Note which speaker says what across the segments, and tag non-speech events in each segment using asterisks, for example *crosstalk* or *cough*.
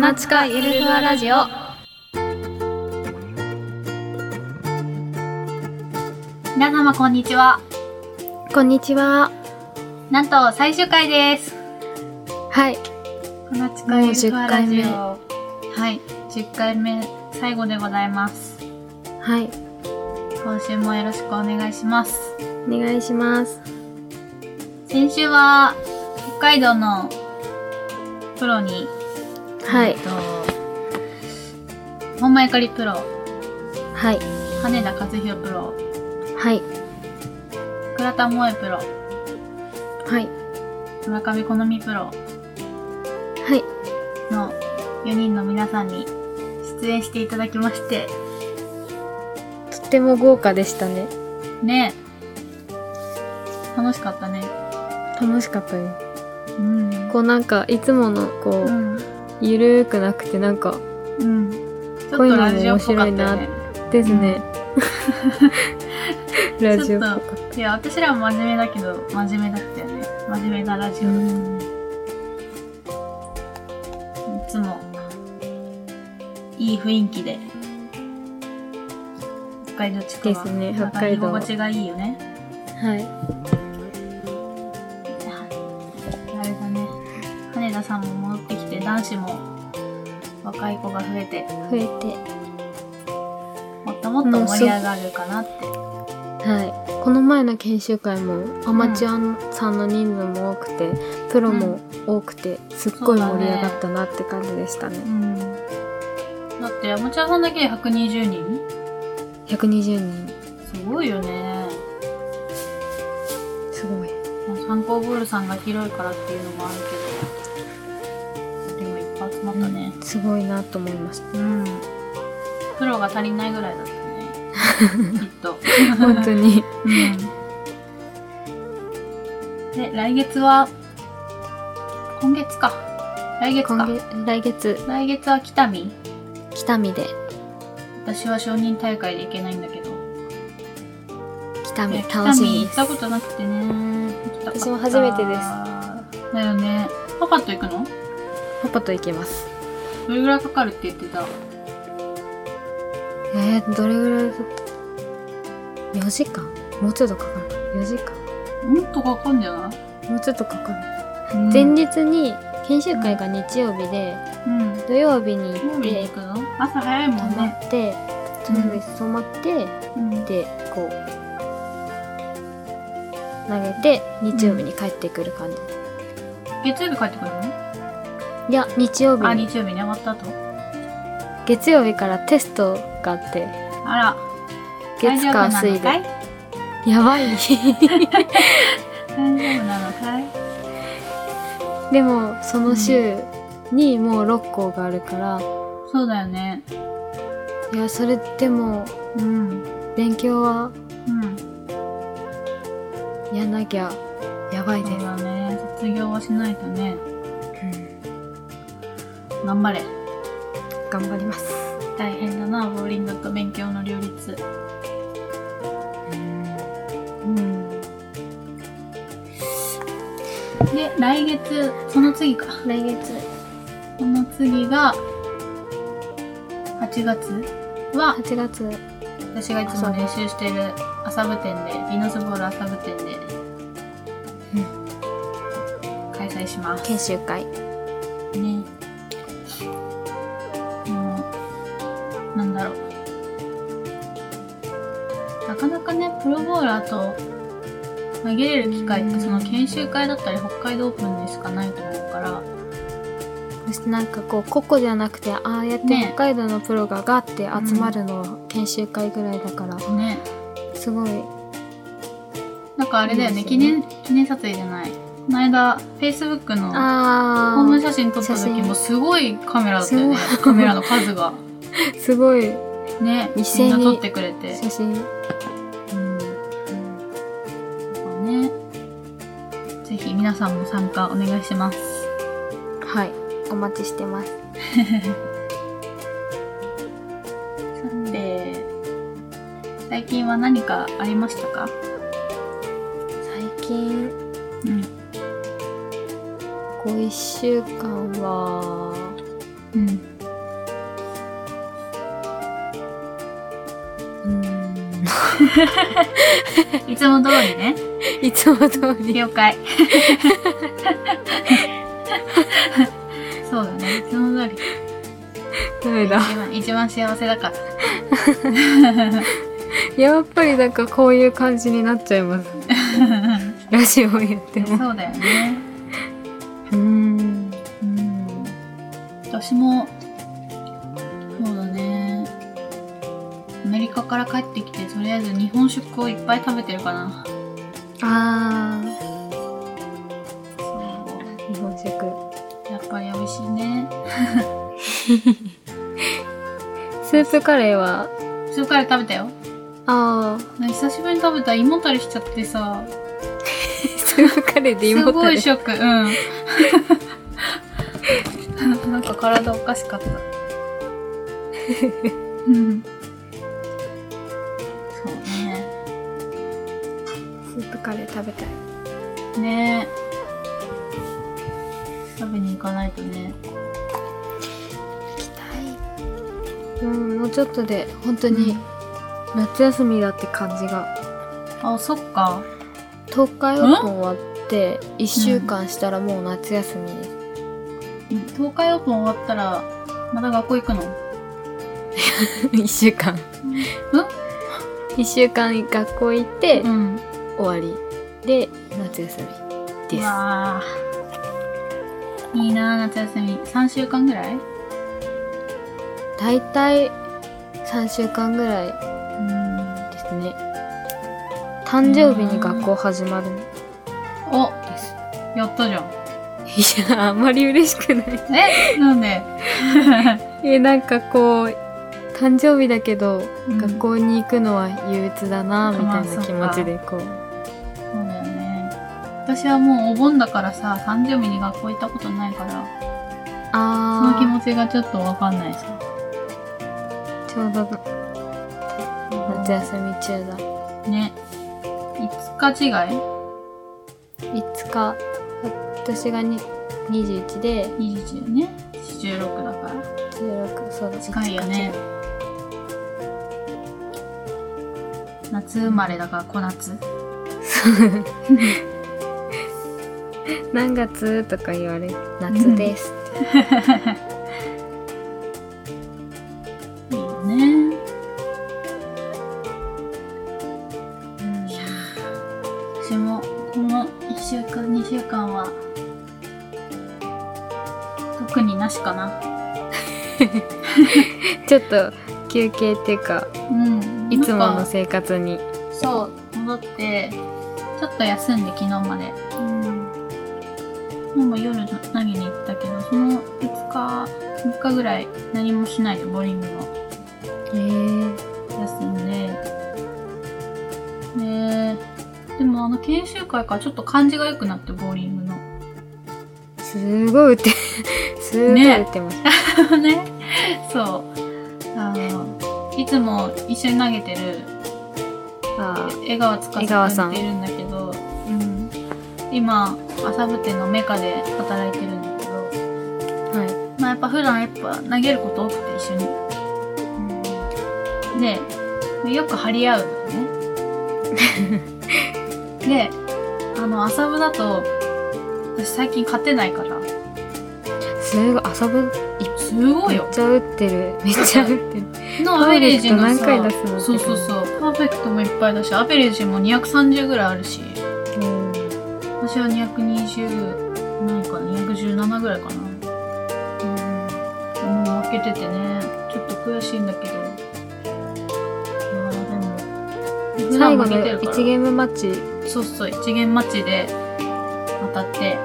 Speaker 1: ナチカゆるふわラジオ
Speaker 2: 皆様こんにちは。
Speaker 1: こんにちは
Speaker 2: なんと最終回です。
Speaker 1: はい
Speaker 2: この近いゆるふわラジオ。はい、10回目最後でございます。
Speaker 1: はい
Speaker 2: 今週もよろしくお願いします。
Speaker 1: お願いします
Speaker 2: 先週は北海道のプロに、
Speaker 1: はい
Speaker 2: えっと、本間ゆかりプロ、
Speaker 1: はい
Speaker 2: 羽田和弘プロ、
Speaker 1: はい
Speaker 2: 倉田萌プロ、
Speaker 1: はい
Speaker 2: 村上好みプロ
Speaker 1: はい
Speaker 2: の4人の皆さんに出演していただきまして、
Speaker 1: とっても豪華でしたね
Speaker 2: ね楽しかったね。
Speaker 1: 楽しかったです
Speaker 2: うん。
Speaker 1: こうなんかいつものこう、
Speaker 2: うん。
Speaker 1: ゆるーくなくてなんか
Speaker 2: うん。ちょっ
Speaker 1: こうい
Speaker 2: と
Speaker 1: うのも
Speaker 2: ラジオっぽかった
Speaker 1: 面白
Speaker 2: よ
Speaker 1: いな
Speaker 2: ね。
Speaker 1: ですね、 *laughs* ラジオっぽかっ
Speaker 2: いや、私らは真面目だけど、真面目だったよね。真面目なラジ
Speaker 1: た
Speaker 2: オ。
Speaker 1: う
Speaker 2: い
Speaker 1: ん
Speaker 2: つも、いい雰囲気で。北海道地区は。
Speaker 1: ですね
Speaker 2: なんか
Speaker 1: 北海道
Speaker 2: 居心地がいいよね。
Speaker 1: はい
Speaker 2: あれだね。羽田さんも戻ってきて、男子も若い子が増えて、
Speaker 1: 増えて
Speaker 2: もっともっと盛り上がるかなって。
Speaker 1: はい、この前の研修会もアマチュアさんの人数も多くて、プロも多くてすっごい盛り上がったなって感じでしたね
Speaker 2: うん。だって、もちゃさんだけで120人
Speaker 1: 120人
Speaker 2: すごいよね。
Speaker 1: すごい
Speaker 2: 参考ボールさんが広いからっていうのもあるけど、でもいっぱい集まったね。
Speaker 1: すごいなと思いまし
Speaker 2: うん。プロが足りないぐらいだったね。 *laughs* きっと。
Speaker 1: *laughs* た本当に
Speaker 2: うん。で、来月は、今月か。来月
Speaker 1: 今
Speaker 2: か。
Speaker 1: 月来月
Speaker 2: 来月は北見
Speaker 1: 北見で
Speaker 2: 私は承認大会で行けないんだけど。
Speaker 1: 北見
Speaker 2: ね
Speaker 1: 楽し
Speaker 2: 北見行
Speaker 1: みで
Speaker 2: っ
Speaker 1: す
Speaker 2: たことなくてね。行きたかった
Speaker 1: 私も初めてです。
Speaker 2: だよね。パパと行くの
Speaker 1: パパと行きます
Speaker 2: どれぐらいかかるって言ってた
Speaker 1: えー、どれぐらいだった4時間もうちょっとかかる4時間
Speaker 2: もっとかかんじゃない
Speaker 1: もうちょっとかかる、前日に研修会が日曜日で
Speaker 2: うん。
Speaker 1: 土曜日に
Speaker 2: 飲
Speaker 1: 行っ
Speaker 2: みに行
Speaker 1: て
Speaker 2: くの朝早いも
Speaker 1: 泊
Speaker 2: ん
Speaker 1: ま
Speaker 2: ね。
Speaker 1: って
Speaker 2: うん
Speaker 1: そうです泊まって
Speaker 2: うん
Speaker 1: でこう投げて日曜日に帰ってくる感じ、
Speaker 2: 月曜日帰ってくるの
Speaker 1: いや日曜
Speaker 2: あ、
Speaker 1: 日に
Speaker 2: 日曜日ね、終わった後。
Speaker 1: 月曜日からテストがあって
Speaker 2: あら、大
Speaker 1: 月
Speaker 2: 丈夫
Speaker 1: 火
Speaker 2: なの
Speaker 1: 水
Speaker 2: かい
Speaker 1: でや *laughs* ばい
Speaker 2: 大丈夫なのかい
Speaker 1: でもその週にもう6校があるから
Speaker 2: そうだよね。
Speaker 1: いやそれでも
Speaker 2: うん。
Speaker 1: 勉強は
Speaker 2: うん。
Speaker 1: やんなきゃやばいで
Speaker 2: そう
Speaker 1: す、
Speaker 2: だね。卒業はしないとね。頑張れ。
Speaker 1: うん頑張ります
Speaker 2: 大変だな、ボーリングと勉強の両立。
Speaker 1: うん
Speaker 2: で、来月、その次か。
Speaker 1: 来月
Speaker 2: その次が、8月は、
Speaker 1: 8月
Speaker 2: 私がいつも練習してる麻布店で、ヴィーナスボール麻布店で、開催します。
Speaker 1: 研修会
Speaker 2: ね。もう、なんだろう。なかなかね、プロボウラーと投げれる機会っ
Speaker 1: うん
Speaker 2: て、その研修会だったり、北海道オープンでしかないと思うから、
Speaker 1: そしてなんかこう個々じゃなくてああやって
Speaker 2: ね
Speaker 1: 北海道のプロがガって集まるのは研修会ぐらいだから、
Speaker 2: ね。
Speaker 1: すごい
Speaker 2: なんかあれだよ
Speaker 1: い
Speaker 2: ね、
Speaker 1: いです
Speaker 2: 記
Speaker 1: よ
Speaker 2: 念、記念撮影じゃない。この間、Facebook の、
Speaker 1: あ
Speaker 2: こんな
Speaker 1: ー
Speaker 2: 写真撮った時もすごいカメラだったよね
Speaker 1: すごい
Speaker 2: カメラの数が
Speaker 1: すごい
Speaker 2: ね
Speaker 1: *laughs* 一
Speaker 2: み
Speaker 1: 斉
Speaker 2: ん
Speaker 1: に
Speaker 2: な撮ってくれて
Speaker 1: 写真、
Speaker 2: うんねぜひ皆さんも参加お願いします
Speaker 1: はいお待ちして *laughs* ます
Speaker 2: さて最近は何かありましたか
Speaker 1: 最近
Speaker 2: うん
Speaker 1: こう1週間は
Speaker 2: うん。
Speaker 1: うん。
Speaker 2: いつも通り *laughs* ね。
Speaker 1: いつも通り。
Speaker 2: 了解。そうだね。いつも通り。
Speaker 1: ダメだ。
Speaker 2: 一番一番幸せだから。
Speaker 1: やっぱりなんかこういう感じになっちゃい *laughs* ます。ラジオをやっても。
Speaker 2: そうだよね。
Speaker 1: うん。
Speaker 2: うん。私も、そうだね。アメリカから帰ってきて、とりあえず日本食をいっぱい食べてるかな。
Speaker 1: ああ、日本食。
Speaker 2: やっぱり美味しいね。
Speaker 1: スープカレーは、
Speaker 2: それから食べたよ。
Speaker 1: ああ、
Speaker 2: 久しぶりに食べたら胃もたれしちゃってさ。
Speaker 1: *laughs* スープカレーで芋
Speaker 2: す
Speaker 1: た
Speaker 2: ごい
Speaker 1: れ。
Speaker 2: ショック。
Speaker 1: *laughs*
Speaker 2: うん。なんか体おかしかった。うん。そうね。
Speaker 1: スープカレー食べたい。
Speaker 2: ね食べに行かないとね。
Speaker 1: うん、もうちょっとで、本当に夏休みだって感じが。
Speaker 2: あ、そっか。
Speaker 1: 東海オープン終わって、1週間したらもう夏休みです。 *laughs*
Speaker 2: 東海オープン終わったら、また学校行くの
Speaker 1: 1週間。
Speaker 2: う
Speaker 1: 1週間学校行って、
Speaker 2: んうん。
Speaker 1: 終わりで夏休みで
Speaker 2: う
Speaker 1: す
Speaker 2: わーいいな夏休み。3週間ぐらい
Speaker 1: 大体3週間ぐらい
Speaker 2: うん。
Speaker 1: ですね誕生日に学校始まるんで
Speaker 2: お、
Speaker 1: す
Speaker 2: やったじゃん。
Speaker 1: いやあんまり嬉しくない
Speaker 2: えなんで
Speaker 1: えなんかこう誕生日だけど、
Speaker 2: うん
Speaker 1: 学校に行くのは憂鬱だなみ
Speaker 2: ま
Speaker 1: た
Speaker 2: あ
Speaker 1: いな気持ちでこ
Speaker 2: そ
Speaker 1: う
Speaker 2: うだよね。私はもうお盆だからさ、誕生日に学校行ったことないから、その気
Speaker 1: あ
Speaker 2: 持ちがちょっとわかんないさ。
Speaker 1: あちょうど夏休み中だ
Speaker 2: ね。5日違い
Speaker 1: 5日私がに21で
Speaker 2: ?21 だね。16だから。
Speaker 1: 16そうだ
Speaker 2: 近いよね
Speaker 1: 5日違う
Speaker 2: 夏生まれだから、小夏。
Speaker 1: 何月とか言われる夏です、
Speaker 2: いいよね。
Speaker 1: うん
Speaker 2: 私も、この1週間、2週間は、特になしかな。
Speaker 1: ちょっと休憩っていうか
Speaker 2: うん。
Speaker 1: いつも
Speaker 2: なん
Speaker 1: の
Speaker 2: か
Speaker 1: 生活に
Speaker 2: そう、戻って、ちょっと休んで昨日まで。でも夜投げに行ったけど、その5日、3日ぐらい何もしないでボウリングを
Speaker 1: えー、
Speaker 2: 休んで。で、でもあの研修会からちょっと感じが良くなって、ボウリングの。 *laughs*
Speaker 1: すごい打て *laughs* すごい打てました、
Speaker 2: ね。そう。あの、いつも一緒に投げてる
Speaker 1: あ
Speaker 2: 江川司
Speaker 1: 江川
Speaker 2: さ
Speaker 1: さ
Speaker 2: ん
Speaker 1: ん
Speaker 2: っているんだけど、
Speaker 1: ーうん
Speaker 2: 今、朝部店のメカで働いてるんだけど、
Speaker 1: は
Speaker 2: まあやっぱ普段やっぱ投げること多くて一緒に。でよく張り合うんだよ
Speaker 1: *laughs*
Speaker 2: ねであの麻布だと私最近勝てないから
Speaker 1: いすごい遊ぶ
Speaker 2: すごい
Speaker 1: めっ
Speaker 2: よ
Speaker 1: ちゃ打ってるめっちゃ打ってる
Speaker 2: のアベレージのさ
Speaker 1: パーフェクト何回出すの
Speaker 2: そうそうそうパーフェクトもいっぱいだしアベレージも230ぐらいあるし
Speaker 1: うん
Speaker 2: 私は220ないかな217ぐらいかなもう負けててねちょっと悔しいんだけどまあでも普
Speaker 1: 最
Speaker 2: 段
Speaker 1: 後
Speaker 2: 負け
Speaker 1: の
Speaker 2: てるから
Speaker 1: 1ゲームマッチ
Speaker 2: そうそう、一元マッチで当たって、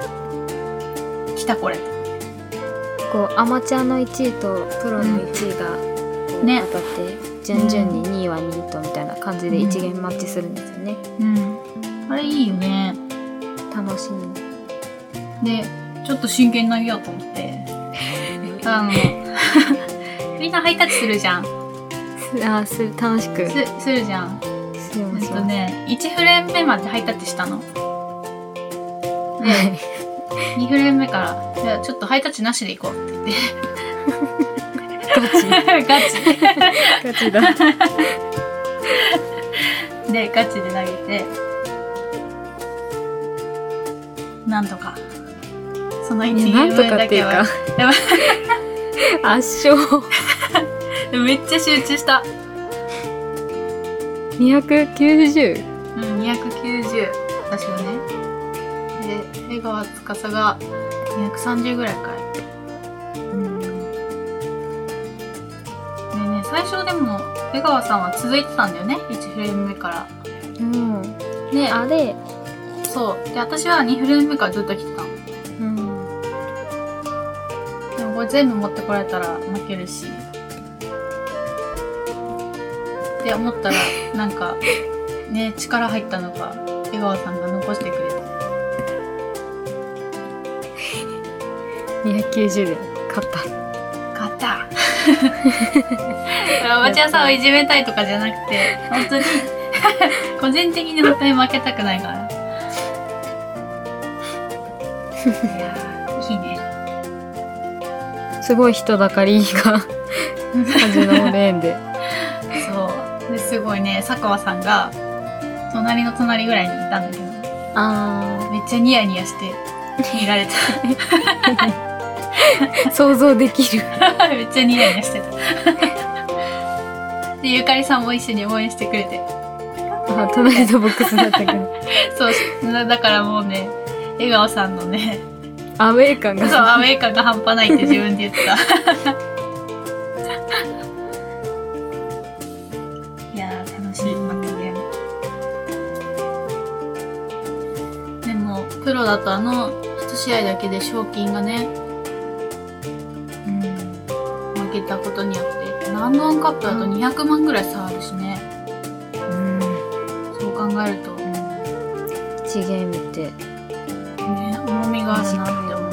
Speaker 2: 来たこれ。
Speaker 1: こうアマチュアの1位とプロの1位がこう
Speaker 2: ね
Speaker 1: 当たって、順々に2位は2位とみたいな感じで1ゲームマッチするんですよね、
Speaker 2: うん。あれいいよね。
Speaker 1: 楽しみ
Speaker 2: で、ちょっと真剣に投げようと思って。あの、 *laughs* みんなハイタッチするじゃん。
Speaker 1: すあーする楽しく
Speaker 2: す、するじゃん。
Speaker 1: す
Speaker 2: え
Speaker 1: るも
Speaker 2: っ
Speaker 1: し
Speaker 2: と
Speaker 1: ます、
Speaker 2: ね、1フレーム目までハイタッチしたの。
Speaker 1: はい *laughs*
Speaker 2: で、2フレーム目から、じゃあちょっとハイタッチなしでいこうって言って。ガチ
Speaker 1: ガチ *laughs* だ。
Speaker 2: でガチで投げてなんとかその1
Speaker 1: い
Speaker 2: ゲ
Speaker 1: やな
Speaker 2: ー
Speaker 1: ん
Speaker 2: ム
Speaker 1: とか
Speaker 2: だ
Speaker 1: ってい
Speaker 2: け
Speaker 1: う
Speaker 2: は
Speaker 1: か
Speaker 2: やばい。
Speaker 1: *laughs* 圧勝。
Speaker 2: めっちゃ集中した、
Speaker 1: 290。
Speaker 2: うん、290私はねで江川司が230ぐらいかい
Speaker 1: うん。
Speaker 2: でね最初でも江川さんは続いてたんだよね1フレーム目から
Speaker 1: うん。
Speaker 2: で
Speaker 1: あれ。
Speaker 2: そうで私は2フレーム目からずっと来てたの
Speaker 1: うん。
Speaker 2: でもこれ全部持ってこられたら負けるしって思ったらなんかね力入ったのか江川さんが残してくれて
Speaker 1: 290で勝った。
Speaker 2: 勝った *laughs* おばちゃんさんをいじめたいとかじゃなくて本当に *laughs* 個人的に本当に負けたくないからいやーいいね
Speaker 1: すごい人だかり *laughs* が端のレーンで。
Speaker 2: そうですごいね佐川さんが隣の隣ぐらいにいたんだけど
Speaker 1: あ
Speaker 2: めっちゃニヤニヤして見られた *laughs*
Speaker 1: あ、想像でき *laughs* る。
Speaker 2: めっちゃニヤニヤしてた *laughs* でゆかりさんも一緒に応援してくれて
Speaker 1: あ、隣のボックスだったけど。
Speaker 2: そうなだからもうね江川さんのね
Speaker 1: *laughs* アウェイ感
Speaker 2: そう、
Speaker 1: が。
Speaker 2: アメリカが半端ないって自分で言ってた。 *laughs* いやー、楽しい、負けゲーム。でも、プロだとあの、一試合だけで賞金がね、
Speaker 1: うん
Speaker 2: 負けたことによって、ランドンカップだと200万ぐらい差あるしね。
Speaker 1: うん。
Speaker 2: そう考えると、ね、
Speaker 1: 1ゲームって。
Speaker 2: 重みがあるなって思っ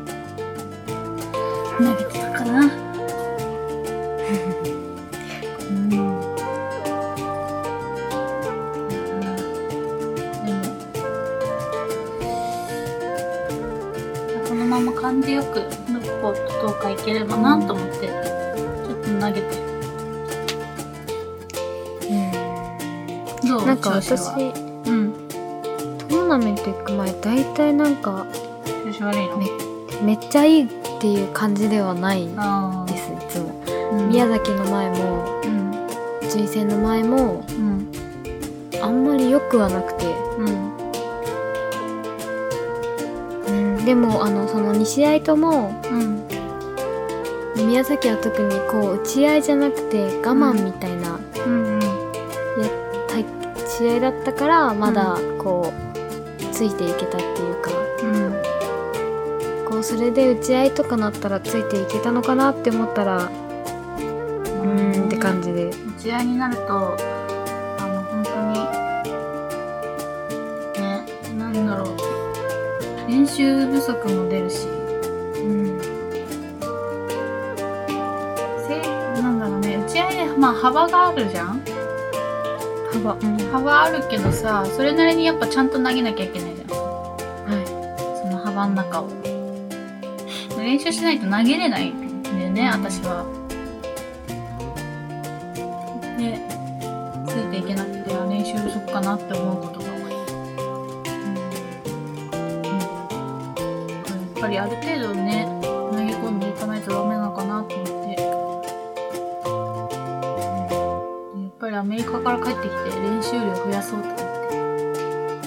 Speaker 2: て。うん。投げてたかな。
Speaker 1: うん。
Speaker 2: でもこのまま感じよくどこどうかいければなと思ってちょっと投げてるどう
Speaker 1: なんか
Speaker 2: 調
Speaker 1: 私、
Speaker 2: 子
Speaker 1: ト
Speaker 2: はうん
Speaker 1: ーナメント行く前、大体なんか、
Speaker 2: 調子悪いの
Speaker 1: ねめっちゃいいっていう感じではないん
Speaker 2: ああ
Speaker 1: です、いつも。宮崎の前も、
Speaker 2: うん
Speaker 1: 順位戦の前も、
Speaker 2: うん
Speaker 1: あんまり良くはなくて。
Speaker 2: うん
Speaker 1: でも、あの、その2試合とも、
Speaker 2: うん
Speaker 1: 宮崎は特にこう打ち合いじゃなくて我慢みたいな
Speaker 2: うん
Speaker 1: 対試合だったからまだこうついていけたっていうか
Speaker 2: うん
Speaker 1: こうそれで打ち合いとかなったらついていけたのかなって思ったらうーんって感じで
Speaker 2: 打ち合いになるとあの本当にねなんだろう練習不足も出るし
Speaker 1: うん
Speaker 2: せなんだろうね打ち合いねまあ幅があるじゃん
Speaker 1: 幅うん
Speaker 2: 幅あるけどさそれなりにやっぱちゃんと投げなきゃいけないじゃん
Speaker 1: は
Speaker 2: その幅の中を練習しないと投げれないんだよね私はでついていけなくては練習不足かなって思うことが多い、うんやっぱりある程度ね投げ込んでいかないとダメなのかなと思ってやっぱりアメリカから帰ってきて練習量増やそうと思って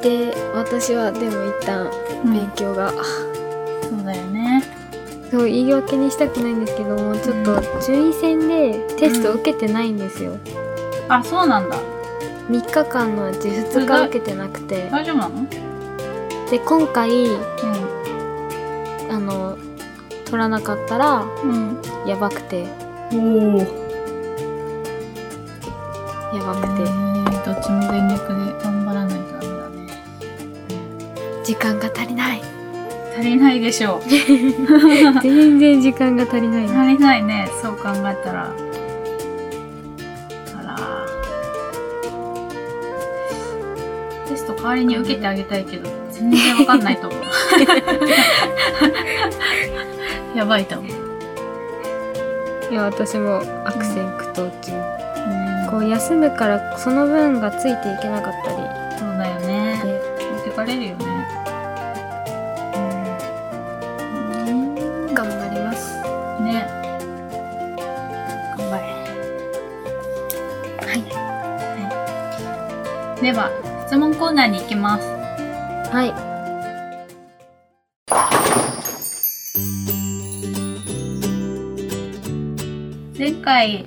Speaker 1: いで私はでも一旦勉強が、
Speaker 2: そうだよね。
Speaker 1: そう言い訳にしたくないんですけどもちょっと順位戦でテストを受けてないんですよ
Speaker 2: あ、そうなんだ。
Speaker 1: 3日間のうち2日受けてなくて
Speaker 2: 大丈夫なの？うん。
Speaker 1: で今回あの取らなかったら
Speaker 2: うん。
Speaker 1: やばくてや
Speaker 2: おお。え
Speaker 1: ばくて
Speaker 2: ー、どっちも全力で頑張らないとダメだね。
Speaker 1: 時間が足りない
Speaker 2: 足りないでしょう。足
Speaker 1: *laughs* 全然時間が足りないな
Speaker 2: りないね。そう考えたら。あら。テスト代わりに受けてあげたいけど、全然わかんないと思 *laughs* う。やばいと思う。
Speaker 1: いや私も悪戦苦闘中、
Speaker 2: うん
Speaker 1: こう休むからその分がついていけなかったり
Speaker 2: そうだよね。持ってかれるよね。
Speaker 1: 頑張りますは
Speaker 2: ね。頑張
Speaker 1: い
Speaker 2: れ。では、質問コーナーに行きます。
Speaker 1: はい
Speaker 2: 前回、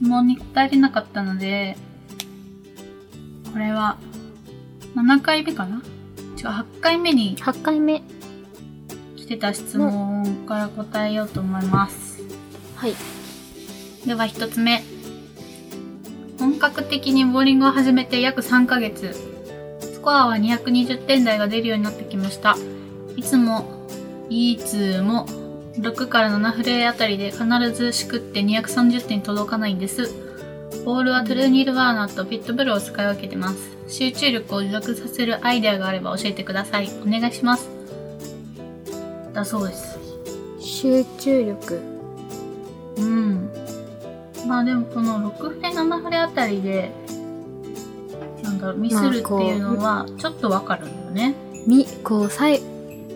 Speaker 2: 質問に答えれなかったので、これは、7回目かな違う、8回目に
Speaker 1: 8回目
Speaker 2: 来てた質問から答えようと思います。
Speaker 1: はい
Speaker 2: では一つ目本格的にボーリングを始めて約3ヶ月スコアは220点台が出るようになってきましたいつもいつも6から7フレーあたりで必ずしくって230点に届かないんですボールはトゥルーニルワーナーとピットブルを使い分けてます集中力を持続させるアイデアがあれば教えてくださいお願いしますだそうです
Speaker 1: 集中力
Speaker 2: うん。まあでもこの6フレ7フレあたりで、なんだろう、ミスるっていうのはちょっとわかるんだよね。
Speaker 1: みこうさい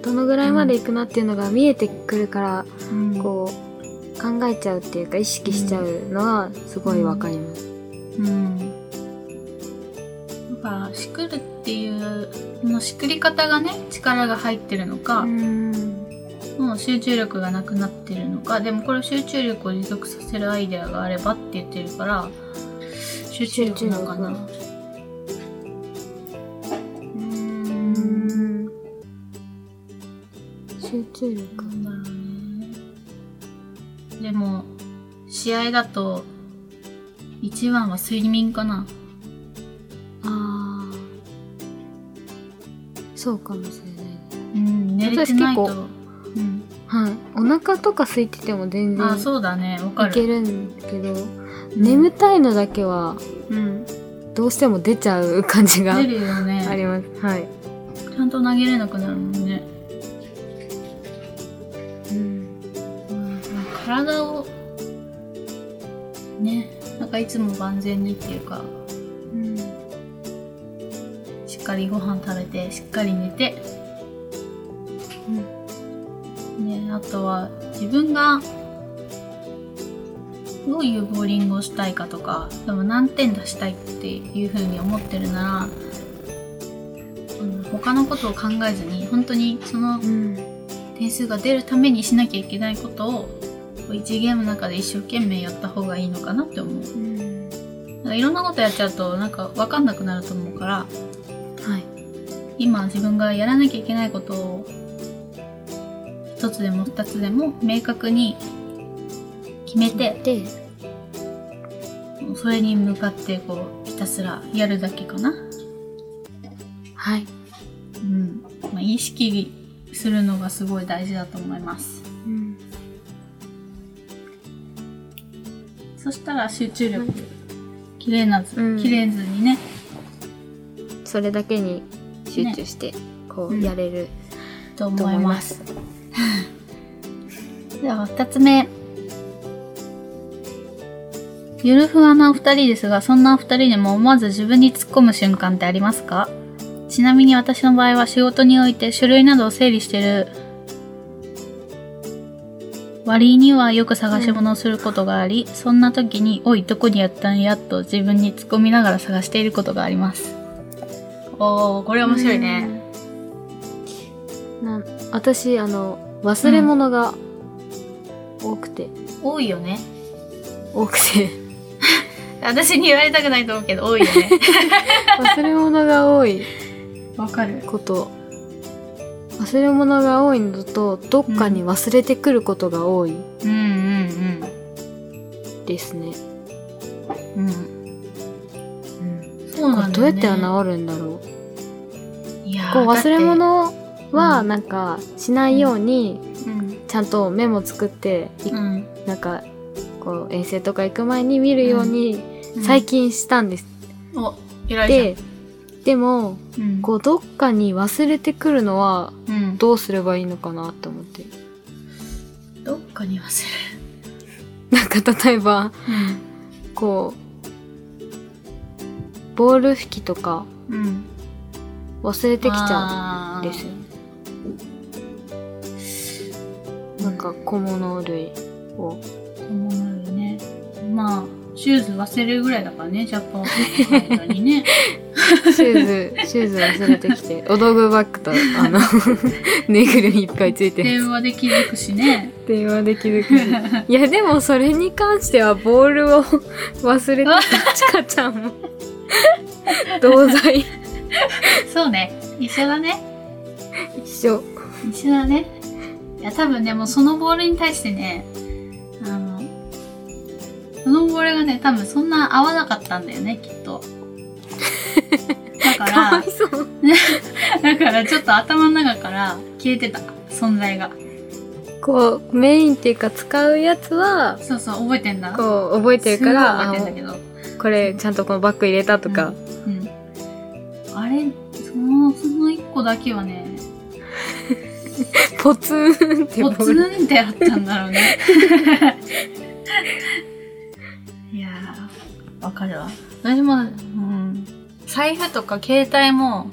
Speaker 1: どのぐらいまでいくなっていうのが見えてくるから、
Speaker 2: うん
Speaker 1: こう考えちゃうっていうか意識しちゃうのはすごいわかります、
Speaker 2: うん。なんか、しくるっていう、このしくり方がね、力が入ってるのか、
Speaker 1: うん
Speaker 2: もう集中力がなくなってるのか、でもこれ集中力を持続させるアイデアがあればって言ってるから、集中力なのかな。う
Speaker 1: 集中
Speaker 2: ん。
Speaker 1: 集中力
Speaker 2: なんだろうね。でも、試合だと、一番は睡眠かな。
Speaker 1: ああそうかもしれない
Speaker 2: うん、寝れてないと。
Speaker 1: 私
Speaker 2: うん、
Speaker 1: はいお腹とか空いてても全然
Speaker 2: あ、
Speaker 1: い
Speaker 2: そうだね。わか
Speaker 1: け
Speaker 2: る。
Speaker 1: るんだけど眠たいのだけは
Speaker 2: うん。
Speaker 1: どうしても出ちゃう感じが
Speaker 2: 出るよ
Speaker 1: あ
Speaker 2: ね。
Speaker 1: りますはい、
Speaker 2: ちゃんと投げれなくなるもんね。
Speaker 1: うん、
Speaker 2: うん、体を、ね、なんかいつも万全にっていうか、しっかりご飯食べて、しっかり寝て、ね、あとは自分がどういうボーリングをしたいかとかでも何点出したいっていうふうに思ってるならうん他のことを考えずに本当にその
Speaker 1: うん
Speaker 2: 点数が出るためにしなきゃいけないことを1ゲームの中で一生懸命やった方がいいのかなって思う
Speaker 1: うん
Speaker 2: なんかいろんなことやっちゃうとなんか分かんなくなると思うから
Speaker 1: はい
Speaker 2: 今自分がやらなきゃいけないことを一つでも二つでも明確に決めて
Speaker 1: で
Speaker 2: それに向かってこうひたすらやるだけかな、
Speaker 1: はい、
Speaker 2: うんまあ、意識するのがすごい大事だと思います
Speaker 1: うん、
Speaker 2: そしたら集中力
Speaker 1: はい
Speaker 2: 綺麗なず、
Speaker 1: うん
Speaker 2: 綺麗ずにね
Speaker 1: それだけに集中してこ
Speaker 2: う
Speaker 1: うんやれる
Speaker 2: と思
Speaker 1: と思
Speaker 2: い
Speaker 1: い
Speaker 2: ま
Speaker 1: ますす、
Speaker 2: では2つ目ゆるふわなお二人ですがそんなお二人でも思わず自分に突っ込む瞬間ってありますかちなみに私の場合は仕事において書類などを整理してる割にはよく探し物をすることがあり、そんな時に「おいどこにやったんや」と自分に突っ込みながら探していることがありますおおこれ
Speaker 1: うんなん私あの忘れ物が多くて、
Speaker 2: 多いよね
Speaker 1: 多くて
Speaker 2: 私に言われたくないと思うけど多いよね
Speaker 1: 忘れ物が多い
Speaker 2: *laughs* わかる
Speaker 1: こと忘れ物が多いのとどっかに忘れてくることが多い
Speaker 2: うんうん
Speaker 1: ですね、
Speaker 2: うんうん
Speaker 1: うん
Speaker 2: そう
Speaker 1: こ
Speaker 2: な
Speaker 1: れ
Speaker 2: ん
Speaker 1: ど
Speaker 2: だよ
Speaker 1: うやっ
Speaker 2: ね
Speaker 1: ては治るんだろう
Speaker 2: いやー
Speaker 1: こう忘れ
Speaker 2: だっ
Speaker 1: 物は
Speaker 2: うん
Speaker 1: なんかしないように
Speaker 2: てうん
Speaker 1: ちゃんとメモ作ってい
Speaker 2: うん
Speaker 1: なんかこう遠征とか行く前に見るように最近したんです、
Speaker 2: お偉いじゃん
Speaker 1: ででも
Speaker 2: うん
Speaker 1: こうどっかに忘れてくるのは
Speaker 2: うん、ど
Speaker 1: どうすればいいのかなって思って
Speaker 2: どっかに忘
Speaker 1: なんか例えば
Speaker 2: れる
Speaker 1: こうボール拭きとか
Speaker 2: うん、うん、
Speaker 1: 忘れてきちゃ
Speaker 2: ゃ
Speaker 1: うんですよなんか小物類を
Speaker 2: 思うよねまあシューズ忘れるぐらいだからねジャパ
Speaker 1: *laughs*
Speaker 2: ンはにね
Speaker 1: シューズ、シューズ忘れてきて、お道具バッグと、あの、 *laughs* ぬいぐるみいっぱいついてる
Speaker 2: 電
Speaker 1: や
Speaker 2: 話で気づくしね
Speaker 1: つ。電話できる *laughs* くいや、でもそれに関しては、ボールを *laughs* 忘れてたちかちゃん *laughs* も、同罪
Speaker 2: そうね一緒だね
Speaker 1: 一緒。
Speaker 2: 一緒だねいや多分ねもうそのボールに対してねあのそのボールがね多分そんな合わなかったんだよねきっとだか
Speaker 1: か *laughs* わ
Speaker 2: ら
Speaker 1: いそう。
Speaker 2: だからちょっと頭の中から消えてた存在が
Speaker 1: こう、メインっていうか、使うやつは、
Speaker 2: そうそう覚えてんだ
Speaker 1: こう、覚えてるか
Speaker 2: す
Speaker 1: ら、
Speaker 2: ごい覚え
Speaker 1: あ
Speaker 2: てんだけど
Speaker 1: これ、ちゃんとこのバッグ入れたとか、
Speaker 2: うん、あれそのその一個だけはね
Speaker 1: ポツンって
Speaker 2: *laughs*
Speaker 1: ボ
Speaker 2: ポツ
Speaker 1: ール。
Speaker 2: ンってあったんだろう *laughs* ねいやーわかるわ私も、うん、財布とか携帯も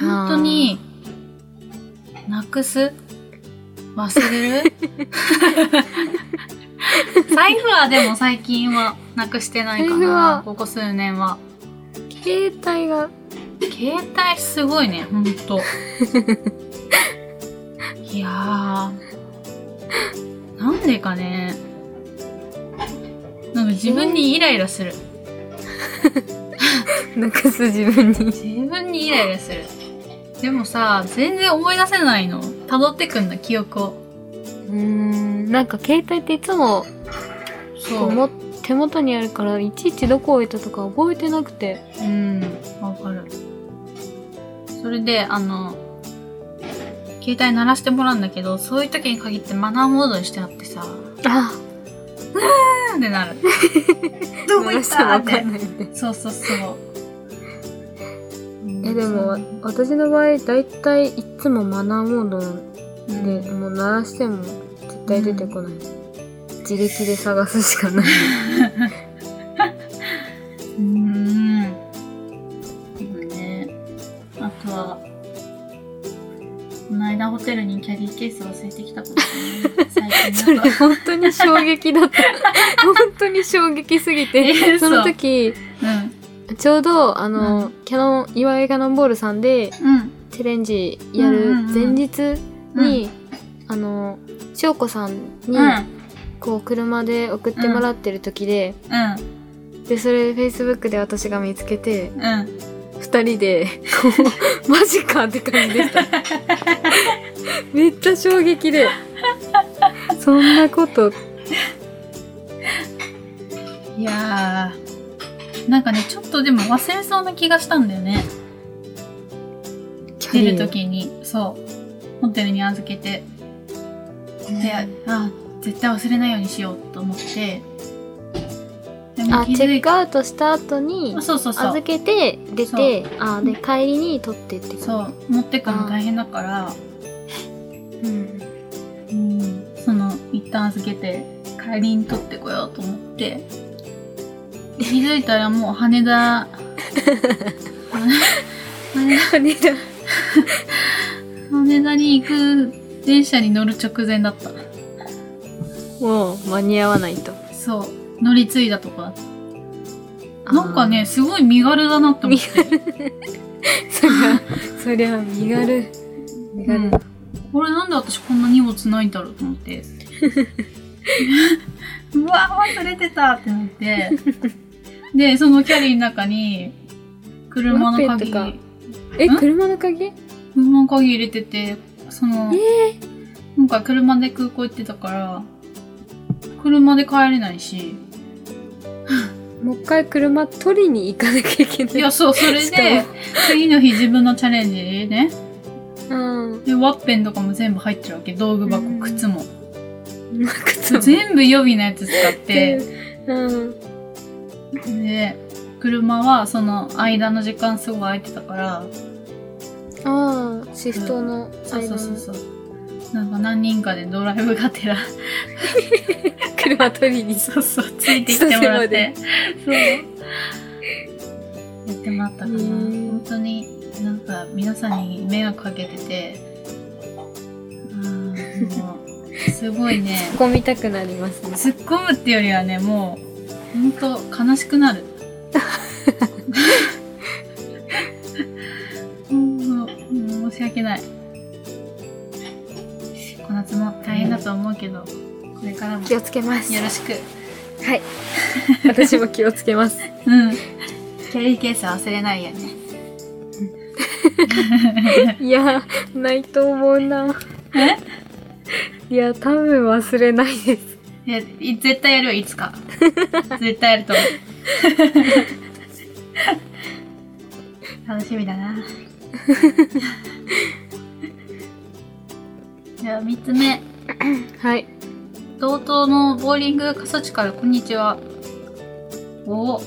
Speaker 2: 本当になくす忘れる *laughs* 財布はでも最近はなくしてないか
Speaker 1: 財布
Speaker 2: な
Speaker 1: は
Speaker 2: ここ数年は
Speaker 1: 携帯が、
Speaker 2: 携帯すごいね、ほん *laughs* と。いやー。なんでかね。なんか自分にイライラする。
Speaker 1: なくす自分に。
Speaker 2: 自分にイライラする。でもさ、全然思い出せないの。辿ってくんだ、記憶を。
Speaker 1: うーんなんか携帯っていつも
Speaker 2: そ
Speaker 1: も
Speaker 2: う。
Speaker 1: 手元にあるからいちいちどこ置いたとか覚えてなくて
Speaker 2: うん、わかる。それで、あの、携帯鳴らしてもらうんだけど、そういう時に限ってマナーモードにしてあってさ、
Speaker 1: あ
Speaker 2: なんで
Speaker 1: *laughs*
Speaker 2: なる。ど
Speaker 1: ど
Speaker 2: こ
Speaker 1: う
Speaker 2: 行
Speaker 1: *laughs*
Speaker 2: っ
Speaker 1: しても
Speaker 2: たっ
Speaker 1: 分か
Speaker 2: て
Speaker 1: ん。ないんで
Speaker 2: そうそうそう。
Speaker 1: えでも私の場合だいたいいつもマナーモードなん
Speaker 2: うん、
Speaker 1: で、もう鳴らしても絶対出てこない、自力で探すしかない
Speaker 2: うん。うんね。あとは、この間ホテルにキャリーケース忘れてきたからね。最
Speaker 1: *laughs* そ
Speaker 2: 近
Speaker 1: れ
Speaker 2: なんか。
Speaker 1: 本当に衝撃だった
Speaker 2: *laughs*
Speaker 1: 本当に衝撃すぎ
Speaker 2: え
Speaker 1: て
Speaker 2: 嘘
Speaker 1: その時ちょうどあの、キャノン岩井ガノンボールさんで
Speaker 2: うん。
Speaker 1: チャレンジやる前日
Speaker 2: うん。
Speaker 1: に、あの翔子さ
Speaker 2: う
Speaker 1: ん
Speaker 2: ん、
Speaker 1: に、
Speaker 2: うん。
Speaker 1: こう車で送ってもらってる時で、
Speaker 2: うん。
Speaker 1: でそれフェイスブックで私が見つけて
Speaker 2: うん。
Speaker 1: 2人で *laughs* こうマジかって感じでした *laughs* めっちゃ衝撃でそんなこと
Speaker 2: いやー。なんかね、ちょっとでも忘れそうな気がしたんだよね。
Speaker 1: キャ
Speaker 2: 出
Speaker 1: リー
Speaker 2: る時に、そう。ホテルに預けて。で、あ絶対忘れないようにしようと思って。でも
Speaker 1: あ
Speaker 2: 気
Speaker 1: チ
Speaker 2: づ
Speaker 1: ェッ
Speaker 2: い
Speaker 1: クアウトした後に
Speaker 2: あそうそうそ
Speaker 1: 預
Speaker 2: う。
Speaker 1: けて出てあで帰りに取ってって、
Speaker 2: そうう、持ってくの大変だから、
Speaker 1: うん、
Speaker 2: うん、その、一旦預けて、帰りに取ってこようと思って。で気づいたらもう羽田、 *laughs* 羽田
Speaker 1: 羽田
Speaker 2: 羽田に行く電車に乗る直前だった。
Speaker 1: *laughs* もう間に合わないと
Speaker 2: そう、乗り継いだとこだった。なんか
Speaker 1: *laughs*
Speaker 2: ね、すごい身軽だなって思って。
Speaker 1: そりゃ、そりゃ、身軽。身
Speaker 2: う
Speaker 1: 軽。
Speaker 2: ん、これなんで私こんな荷物ないんだろうと思って *laughs* うわ忘れてたってなってでそのキャリーの中に車の
Speaker 1: ワッペ
Speaker 2: 鍵
Speaker 1: ンとかえ、
Speaker 2: ん
Speaker 1: 車の鍵え
Speaker 2: 車の鍵入れててその
Speaker 1: え
Speaker 2: 今回車で空港行ってたから車で帰れないし
Speaker 1: もう一回車取りに行かなきゃいけない。
Speaker 2: いやそうそれ
Speaker 1: しかも
Speaker 2: で次の日自分のチャレンジね
Speaker 1: うん。
Speaker 2: でワッペンとかも全部入ってるわけ道具箱
Speaker 1: うん
Speaker 2: 靴も
Speaker 1: 靴も
Speaker 2: 全部予備のやつ使って
Speaker 1: うん。
Speaker 2: で車はその間の時間すごい空いてたから
Speaker 1: ああシフトの
Speaker 2: そう
Speaker 1: 間
Speaker 2: そうそう
Speaker 1: に
Speaker 2: そうなんか何人かでドライブがてら
Speaker 1: 車取りに
Speaker 2: そうそうついてきてもらって *laughs* そうやってもらったかな、
Speaker 1: ねえ
Speaker 2: 本当になんか皆さんに迷惑かけててあーもうすごいね
Speaker 1: 突っ込みたくなりますね
Speaker 2: 突っ込むってよりはねもうほんと悲しくな *laughs* るもうもう申し訳ないこの夏も大変だと思うけど、これからも
Speaker 1: 気
Speaker 2: よ
Speaker 1: をつけます
Speaker 2: ろしく
Speaker 1: はい *laughs* 私も気をつけ *laughs* ます
Speaker 2: うんキャリーケースは忘れないよね
Speaker 1: いやないと思うなえいや多分忘れないです
Speaker 2: いやい絶対やるよいつか絶対やると思う *laughs* 楽しみだなじゃあ3つ目
Speaker 1: はい
Speaker 2: 道東のボーリング過疎地からこんにちはおお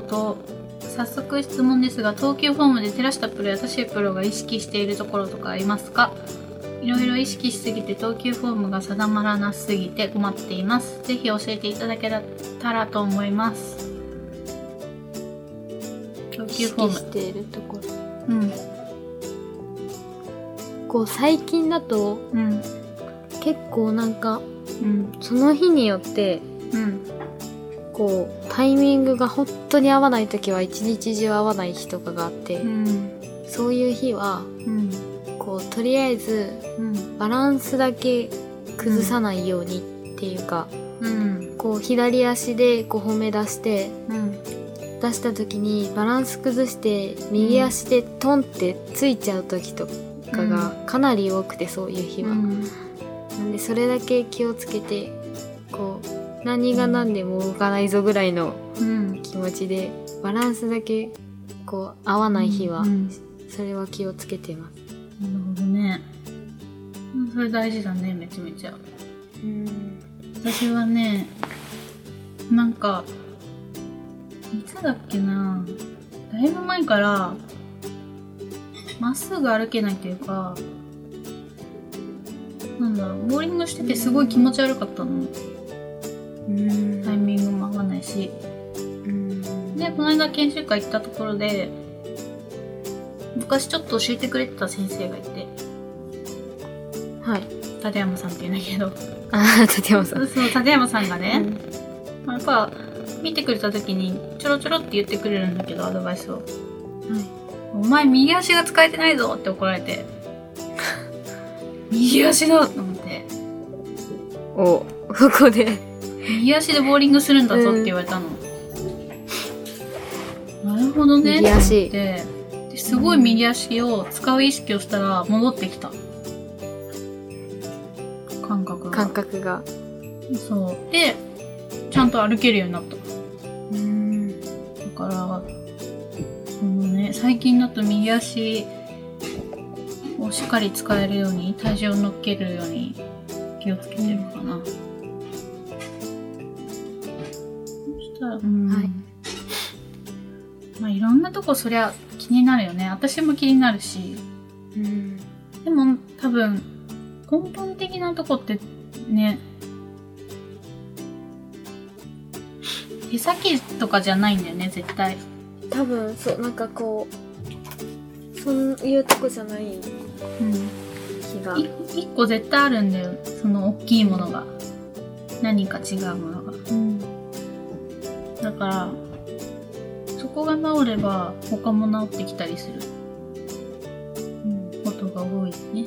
Speaker 2: 道東早速質問ですが投球フォームで寺下プロや田代プロが意識しているところとかありますかいろいろ意識しすぎて投球フォームが定まらなすぎて困っていますぜひ教えていただけたらと思います投
Speaker 1: 意
Speaker 2: 球フォー
Speaker 1: 識しているところ
Speaker 2: ム
Speaker 1: こう最近だと
Speaker 2: うんうん
Speaker 1: 結構なんか
Speaker 2: うん
Speaker 1: その日によって
Speaker 2: うん
Speaker 1: こうタイミングが本当に合わない時は一日中合わない日とかがあって、
Speaker 2: うん
Speaker 1: そういう日は
Speaker 2: うん
Speaker 1: こうとりあえず
Speaker 2: うん
Speaker 1: バランスだけ崩さないようにっていうか、
Speaker 2: うん
Speaker 1: こう左足で5歩目出して
Speaker 2: うん
Speaker 1: 出した時にバランス崩して右足でトンってついちゃう時とかがかなり多くてそういう日は。なんでそれだけ気をつけてこう何が何でも動かないぞぐらいの
Speaker 2: うん
Speaker 1: 気持ちでバランスだけこう合わない日は、
Speaker 2: うん
Speaker 1: それは気をつけてます。
Speaker 2: なるほどね。うんそれ大事だね、めちゃめちゃ。
Speaker 1: うん
Speaker 2: 私はね、なんか、いつだっけな、だいぶ前から、まっすぐ歩けないというか、なんだろう、ボーリングしててすごい気持ち悪かったの。
Speaker 1: うん
Speaker 2: タイミングも合わないし。で、この間研修会行ったところで、昔ちょっと教えてくれてた先生がいて、
Speaker 1: はい。
Speaker 2: 立山さんって言うんだけど、
Speaker 1: ああ、立山さ
Speaker 2: そ
Speaker 1: ん。
Speaker 2: うそう立山さんがね、
Speaker 1: うん
Speaker 2: まあやっぱ見てくれた時にちょろちょろって言ってくれるんだけどアドバイスを「お前右足が使えてないぞ」って怒られて *laughs* 「右足だ!」と思って
Speaker 1: お、ここで。
Speaker 2: 「右足でボーリングするんだぞ」って言われたの、なるほどね
Speaker 1: 右足
Speaker 2: と思ってですごい右足を使う意識をしたら戻ってきた感覚が
Speaker 1: 感覚が。
Speaker 2: そうでちゃんと歩けるようになった
Speaker 1: うん。
Speaker 2: だから、そのね、最近だと右足をしっかり使えるように、体重を乗っけるように気をつけてるかな。そしたら、うん。
Speaker 1: はい
Speaker 2: まあ、いろんなとこそりゃ気になるよね。私も気になるし。でも、多分、根本的なとこってね、手先とかじゃないんだよね、絶対。
Speaker 1: 多分、そう、なんかこう、そういうとこじゃない
Speaker 2: うん。
Speaker 1: 気が。
Speaker 2: い一個絶対あるんだよその大きいものが何か違うものが
Speaker 1: うん。
Speaker 2: だからそこが治れば他も治ってきたりすることが多いね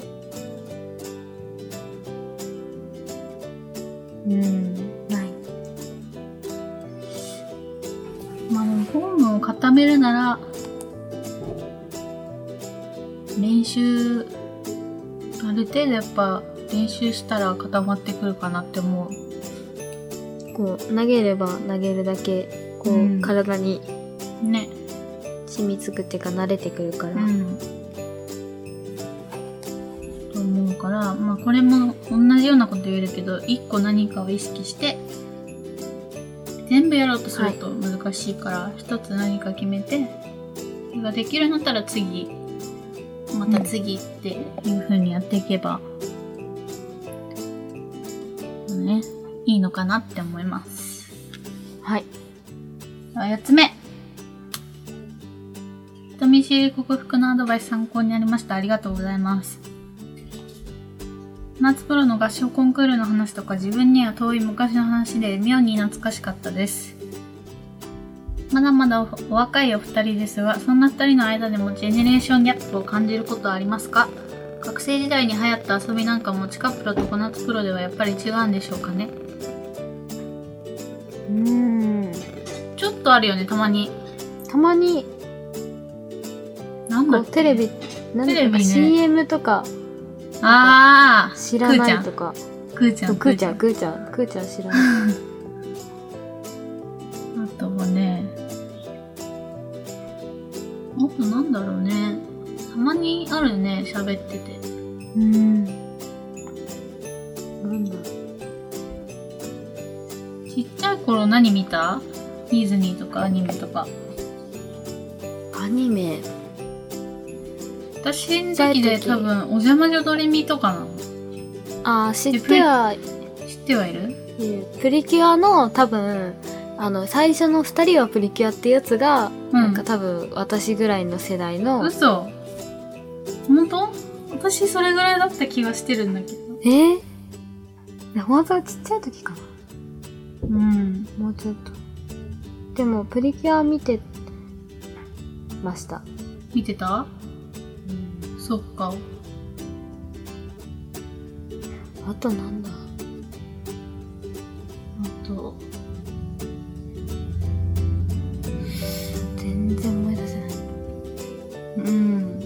Speaker 2: うん
Speaker 1: ない。
Speaker 2: まあでもフォームを固めるなら練習ある程度やっぱ練習したら固まってくるかなって思う
Speaker 1: こう、投げれば投げるだけ、こう、
Speaker 2: うん
Speaker 1: 体に
Speaker 2: ね
Speaker 1: 染みつくっていうか慣れてくるから。
Speaker 2: うん、と思うから、まあ、これも同じようなこと言えるけど一個何かを意識して全部やろうとすると難しいから一、つ何か決めてそれができるようになったら次また次っていう風にやっていけば、ねいいのかなって思います
Speaker 1: はい
Speaker 2: あ8つ目人見知り克服のアドバイス参考になりましたありがとうございます夏プロの合唱コンクールの話とか自分には遠い昔の話で妙に懐かしかったですまだまだおお若いお二人ですがそんな二人の間でもジェネレーションギャップを感じることはありますか学生時代に流行った遊びなんかも地下プロと小夏プロではやっぱり違うんでしょうかね
Speaker 1: うん
Speaker 2: ちょっとあるよねたまに
Speaker 1: たまに
Speaker 2: なん
Speaker 1: こ
Speaker 2: だっ
Speaker 1: う
Speaker 2: け
Speaker 1: テレビなん
Speaker 2: テレ
Speaker 1: と
Speaker 2: ビ
Speaker 1: か
Speaker 2: ね
Speaker 1: CM とか
Speaker 2: ああ
Speaker 1: 知らないとか
Speaker 2: くーちゃ
Speaker 1: そ
Speaker 2: ん
Speaker 1: うクーちゃんクーちゃんクーちゃん知らない
Speaker 2: あとはね、あとなんだろうね。たまにあるね、喋ってて。
Speaker 1: うんなんだ
Speaker 2: ちっちゃい頃何見たディズニーとかアニメとか。
Speaker 1: アニメ
Speaker 2: 私の時で
Speaker 1: ちっち
Speaker 2: 多
Speaker 1: ゃい時
Speaker 2: 分、お邪魔女ドレミとかなの。
Speaker 1: あー知っては
Speaker 2: 知ってはいる
Speaker 1: いるプリキュアの多分あの最初の2人はプリキュアってやつが、
Speaker 2: う
Speaker 1: なんか
Speaker 2: ん。
Speaker 1: 多分私ぐらいの世代の、
Speaker 2: 嘘本当私それぐらいだった気がしてるんだけど。
Speaker 1: えー、本当はちっちゃい時かな
Speaker 2: うん。
Speaker 1: もうちょっとでもプリキュア見てました、
Speaker 2: 見てた
Speaker 1: うん、
Speaker 2: そっか。
Speaker 1: あとなんだ
Speaker 2: あと、
Speaker 1: 全然思い出せない
Speaker 2: うん。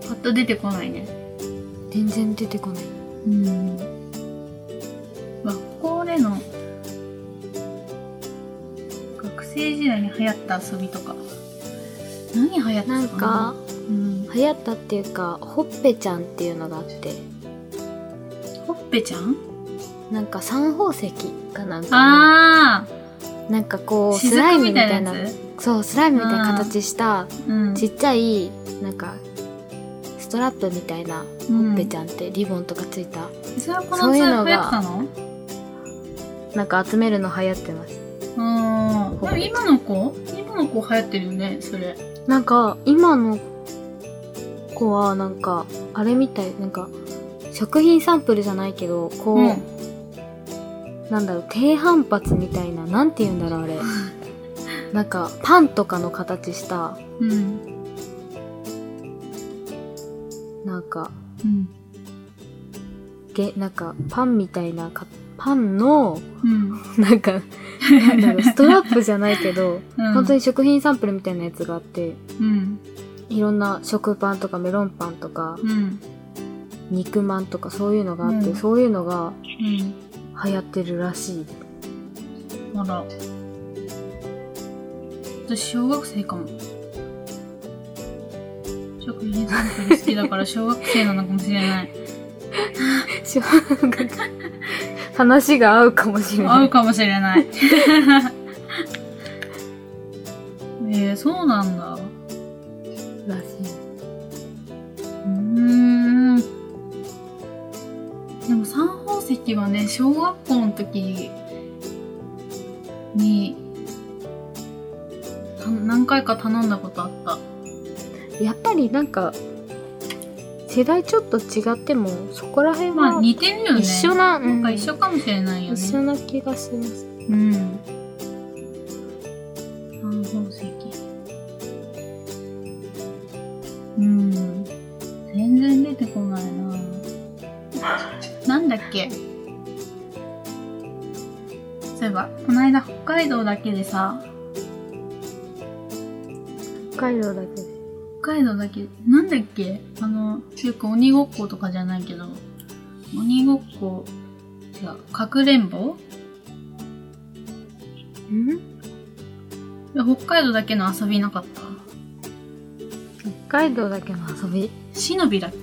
Speaker 2: パッと出てこないね。
Speaker 1: 全然出てこない
Speaker 2: うん学校での学生時代に流行った遊びとか何流行ってた
Speaker 1: なんか
Speaker 2: うん、
Speaker 1: 流行ったっていうかほっぺちゃんっていうのがあって
Speaker 2: ほっぺちゃん
Speaker 1: なんか三宝石かなんか
Speaker 2: あ
Speaker 1: のなんか
Speaker 2: あ
Speaker 1: こうス
Speaker 2: 雫
Speaker 1: ライムみ
Speaker 2: みた
Speaker 1: たい
Speaker 2: い
Speaker 1: な
Speaker 2: なやつ
Speaker 1: そうスライムみたいな形した
Speaker 2: うん
Speaker 1: ちっちゃいなんかストラップみたいなほっぺちゃんってリボンとかつい
Speaker 2: う
Speaker 1: た、
Speaker 2: んそれはこ
Speaker 1: そ
Speaker 2: の
Speaker 1: う
Speaker 2: つ
Speaker 1: いう
Speaker 2: 流
Speaker 1: の
Speaker 2: 行っ
Speaker 1: が
Speaker 2: てたの
Speaker 1: なんか集めるの流行ってます
Speaker 2: うんでも今の子今の子流行ってるよねそれ
Speaker 1: なんか今の子はなんかあれみたいなんか食品サンプルじゃないけどこう、
Speaker 2: うん
Speaker 1: なんだろう低反発みたいななんて言うんだろ
Speaker 2: *laughs*
Speaker 1: うあれなんかパンとかの形した
Speaker 2: うん
Speaker 1: なんか
Speaker 2: うん
Speaker 1: げなんかパンみたいなかパンの *laughs*
Speaker 2: うん
Speaker 1: なんかなんだろうストラップじゃないけど、
Speaker 2: *laughs* うん
Speaker 1: 本当に食品サンプルみたいなやつがあって
Speaker 2: うん
Speaker 1: いろんな食パンとかメロンパンとか
Speaker 2: うん
Speaker 1: 肉まんとかそういうのがあって、
Speaker 2: うん
Speaker 1: そういうのが
Speaker 2: うん
Speaker 1: 流行ってるらしい
Speaker 2: あら。私、小学生かも。食品サンプル好きだから小学生なのかもしれ
Speaker 1: *laughs*
Speaker 2: ない。
Speaker 1: 小学生話が合うかもしれ
Speaker 2: 合
Speaker 1: な
Speaker 2: う
Speaker 1: い
Speaker 2: かもしれない。 *laughs* えー、そうなんだ。
Speaker 1: らしいう
Speaker 2: ーん。でも三宝石はね、小学校の時に、た何回か頼んだことあった。
Speaker 1: やっぱりなんか世代ちょっと違ってもそこら辺
Speaker 2: まあ
Speaker 1: は
Speaker 2: 似てるよね。
Speaker 1: 一緒な、う
Speaker 2: なん
Speaker 1: ん
Speaker 2: か一緒かもしれないよね。
Speaker 1: 一緒な気がします
Speaker 2: うん。三宝石。うん。全然出てこないな。なんだっけそういえば、この間北海道だけでさ、
Speaker 1: 北海道だけで
Speaker 2: 北海道だけ、なんだっけあの、よく鬼ごっことかじゃないけど、鬼ごっこ、違う、かくれんぼ
Speaker 1: ん
Speaker 2: いや北海道だけの遊びなかった。
Speaker 1: 北海道だけの遊び
Speaker 2: 忍びだっけ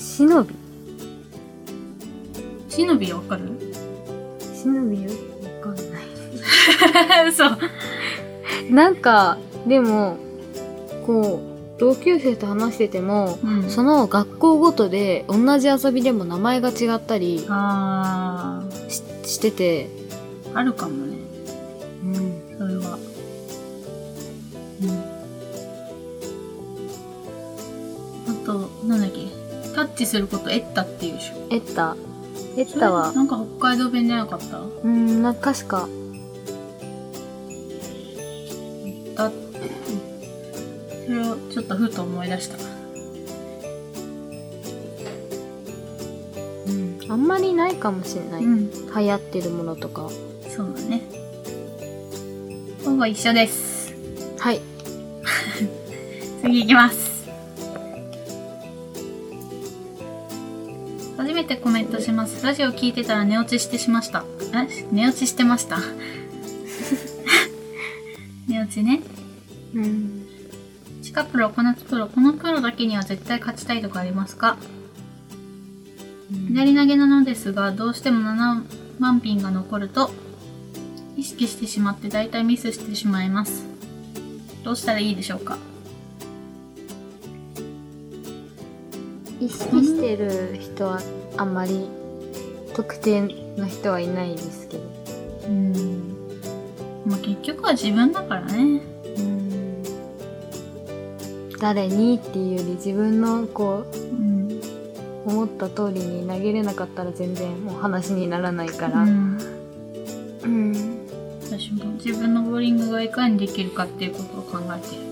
Speaker 1: 忍び
Speaker 2: 忍びわかる
Speaker 1: *laughs* 忍びよわかんない
Speaker 2: 嘘。
Speaker 1: なんかでもこう同級生と話してても
Speaker 2: うん
Speaker 1: その学校ごとで同じ遊びでも名前が違ったり
Speaker 2: あ
Speaker 1: ししてて、
Speaker 2: ー、あるかもね。
Speaker 1: うん、
Speaker 2: それは。うん。あと、なんだっけ。タッチすること、エッタっていうでしょ。
Speaker 1: エッタエッタは
Speaker 2: それなんか北海道弁じゃなかった
Speaker 1: うんなんか確か
Speaker 2: だって、それをちょっとふと思い出した。
Speaker 1: うん、あんまりないかもしれない、
Speaker 2: うん。
Speaker 1: 流行ってるものとか
Speaker 2: そうだね。ほぼ一緒です。
Speaker 1: はい
Speaker 2: 次いきます。初めてコメントします。ラジオ聞いてたら寝落ちしてしました。え寝落ちしてました。 *laughs* 寝落ちね。
Speaker 1: うん
Speaker 2: シカプロ、コナツプロ、このプロだけには絶対勝ちたいとかありますか左投げなのですが、どうしても7万ピンが残ると、意識してしまって大体ミスしてしまいます。どうしたらいいでしょうか
Speaker 1: 意識してる人はあんまり特定の人はいないですけど
Speaker 2: うん。まあ結局は自分だからね。
Speaker 1: うん誰にっていうより自分のこう
Speaker 2: うん。
Speaker 1: 思った通りに投げれなかったら全然もう話にならないから、
Speaker 2: うん
Speaker 1: うん
Speaker 2: 私も自分のボーリングがいかにできるかっていうことを考えてる。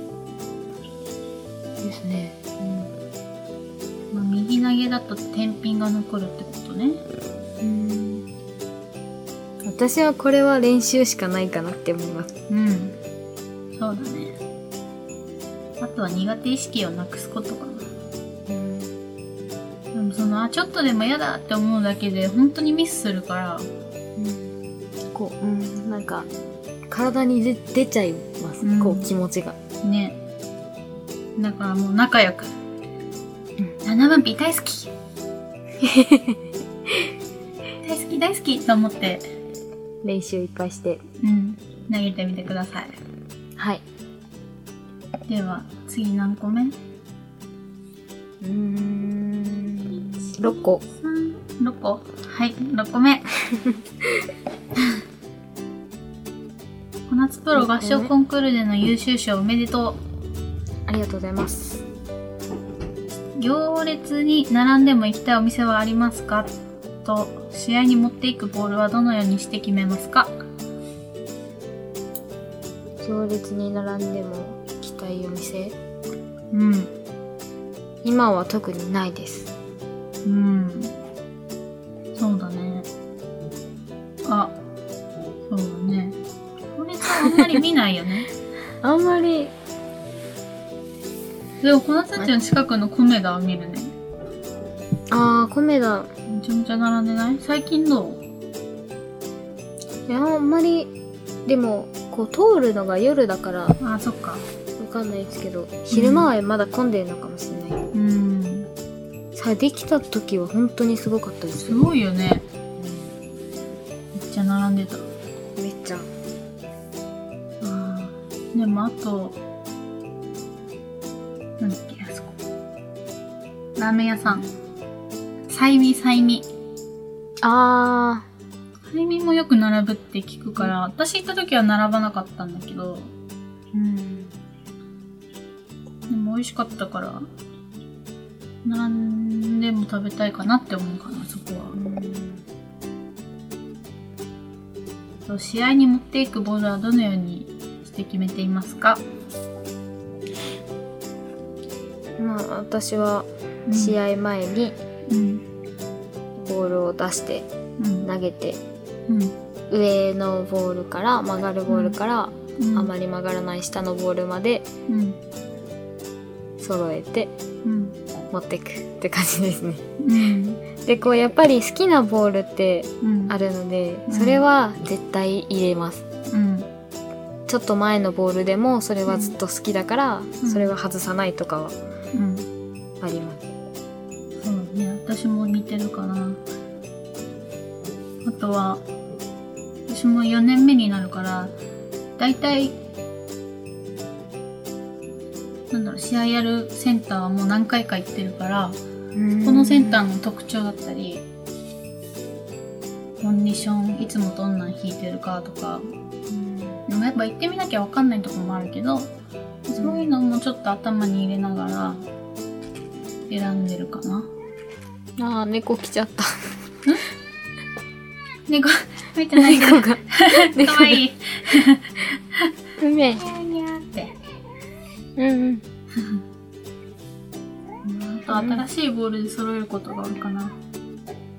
Speaker 1: ですね、
Speaker 2: まあ、右投げだと天品が残るってことね。
Speaker 1: うん、私はこれは練習しかないかなって思います
Speaker 2: うん。そうだね。あとは苦手意識をなくすことかな。
Speaker 1: うん、
Speaker 2: でもその、あ、ちょっとでも嫌だって思うだけで、本当にミスするから、
Speaker 1: こう、うん、なんか体にで出ちゃいます、
Speaker 2: うん
Speaker 1: こう気持ちが
Speaker 2: ね。だからもう仲良く。7番ピー大好 *laughs* き大好き大好きと思って、
Speaker 1: 練習いっぱいして
Speaker 2: うん、投げてみてください。
Speaker 1: はい
Speaker 2: では次何個目
Speaker 1: うーん6個
Speaker 2: ?6 個はい6個目小夏プロ合唱コンクールでの優秀賞おめでと
Speaker 1: ありがとうございます
Speaker 2: う行列に並んでも行きたいお店はありますかと試合に持っていくボールはどのようにして決めますか
Speaker 1: 行列に並んでも行きたいお店
Speaker 2: うん
Speaker 1: 今は特にないです
Speaker 2: うんそうだねあそうだね行列はあんまり見ないよね
Speaker 1: あんまり
Speaker 2: でも、このたちの近くのコメダを見るね。
Speaker 1: ああ米だ
Speaker 2: めちゃめちゃ並んでない最近どう
Speaker 1: いやあんまりでもこう通るのが夜だからわ
Speaker 2: あ、そっか。
Speaker 1: かんないですけど昼間はまだ混んでるのかもしれない、
Speaker 2: うん。
Speaker 1: さできた時は本当にすごかったです
Speaker 2: す
Speaker 1: よ、
Speaker 2: ごいよね。めっちゃ並んでた。
Speaker 1: めっちゃ
Speaker 2: あーでも、あと、なんだっけ、あそこ。ラーメン屋さん。サイミ、サイミ。
Speaker 1: あ
Speaker 2: サイミもよく並ぶって聞くから、私行った時は並ばなかったんだけど、
Speaker 1: ーうん
Speaker 2: でも美味しかったから、並んでも食べたいかなって思うかな、そこは。と試合に持っていくボールはどのようにして決めていますか、
Speaker 1: まあ私は試合前に
Speaker 2: うん
Speaker 1: ボールを出して
Speaker 2: うん
Speaker 1: 投げて
Speaker 2: うん
Speaker 1: 上のボールから曲がるボールから
Speaker 2: うん
Speaker 1: あまり曲がらない下のボールまで
Speaker 2: うん
Speaker 1: 揃えて
Speaker 2: うん
Speaker 1: 持ってくって感じですね。
Speaker 2: うん
Speaker 1: でこうやっぱり好きなボールって
Speaker 2: うん
Speaker 1: あるので
Speaker 2: うん
Speaker 1: それは絶対入れます。
Speaker 2: うん
Speaker 1: ちょっと前のボールでもそれはずっと好きだからそれは外さないとかは
Speaker 2: うん
Speaker 1: あります。
Speaker 2: そうね私も似てるかなあとは私私も4年目になるから大体なんだろう試合やるセンターはもう何回か行ってるからこのセンターの特徴だったりコンディションいつもどんなん弾いてるかとかでもやっぱ行ってみなきゃ分かんないとこもあるけどそういうのもちょっと頭に入れながら選んでるかな。
Speaker 1: あー猫来ち
Speaker 2: *laughs*
Speaker 1: ゃった
Speaker 2: 猫、入ってないけど
Speaker 1: 猫、が
Speaker 2: かわいい。
Speaker 1: うめえ
Speaker 2: にゃーにゃーって。
Speaker 1: うんうん
Speaker 2: あと新しいボールで揃えることが多いかな。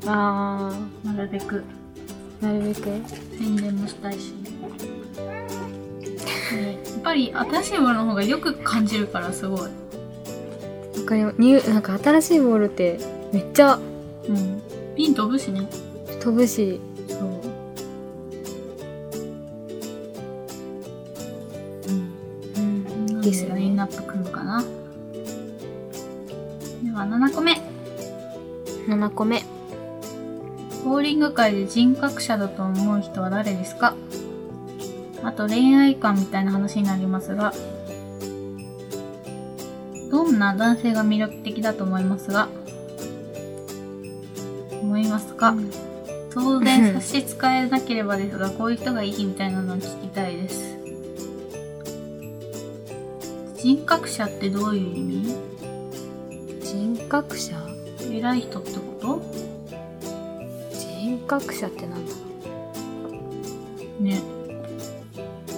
Speaker 1: あ
Speaker 2: なるべく。
Speaker 1: ーなるべく
Speaker 2: 宣伝もしたいし。でやっぱり新しいボールの方がよく感じるからすごい。
Speaker 1: わかりまニューなんか新しいボールってめっちゃ
Speaker 2: うん。ピン飛ぶしね。
Speaker 1: 飛ぶし
Speaker 2: そう。うん。
Speaker 1: ですよね
Speaker 2: ラインナップ組むかな。では7個目。
Speaker 1: 7個目
Speaker 2: ボーリング界で人格者だと思う人は誰ですかあと恋愛観みたいな話になりますが、どんな男性が魅力的だと思いますが、思いますか、当然差し支えなければですが、こういう人がいいみたいなのを聞きたいです。人格者ってどういう意
Speaker 1: 人格者
Speaker 2: 味偉い人ってこと
Speaker 1: 人格者ってなんだ
Speaker 2: ね。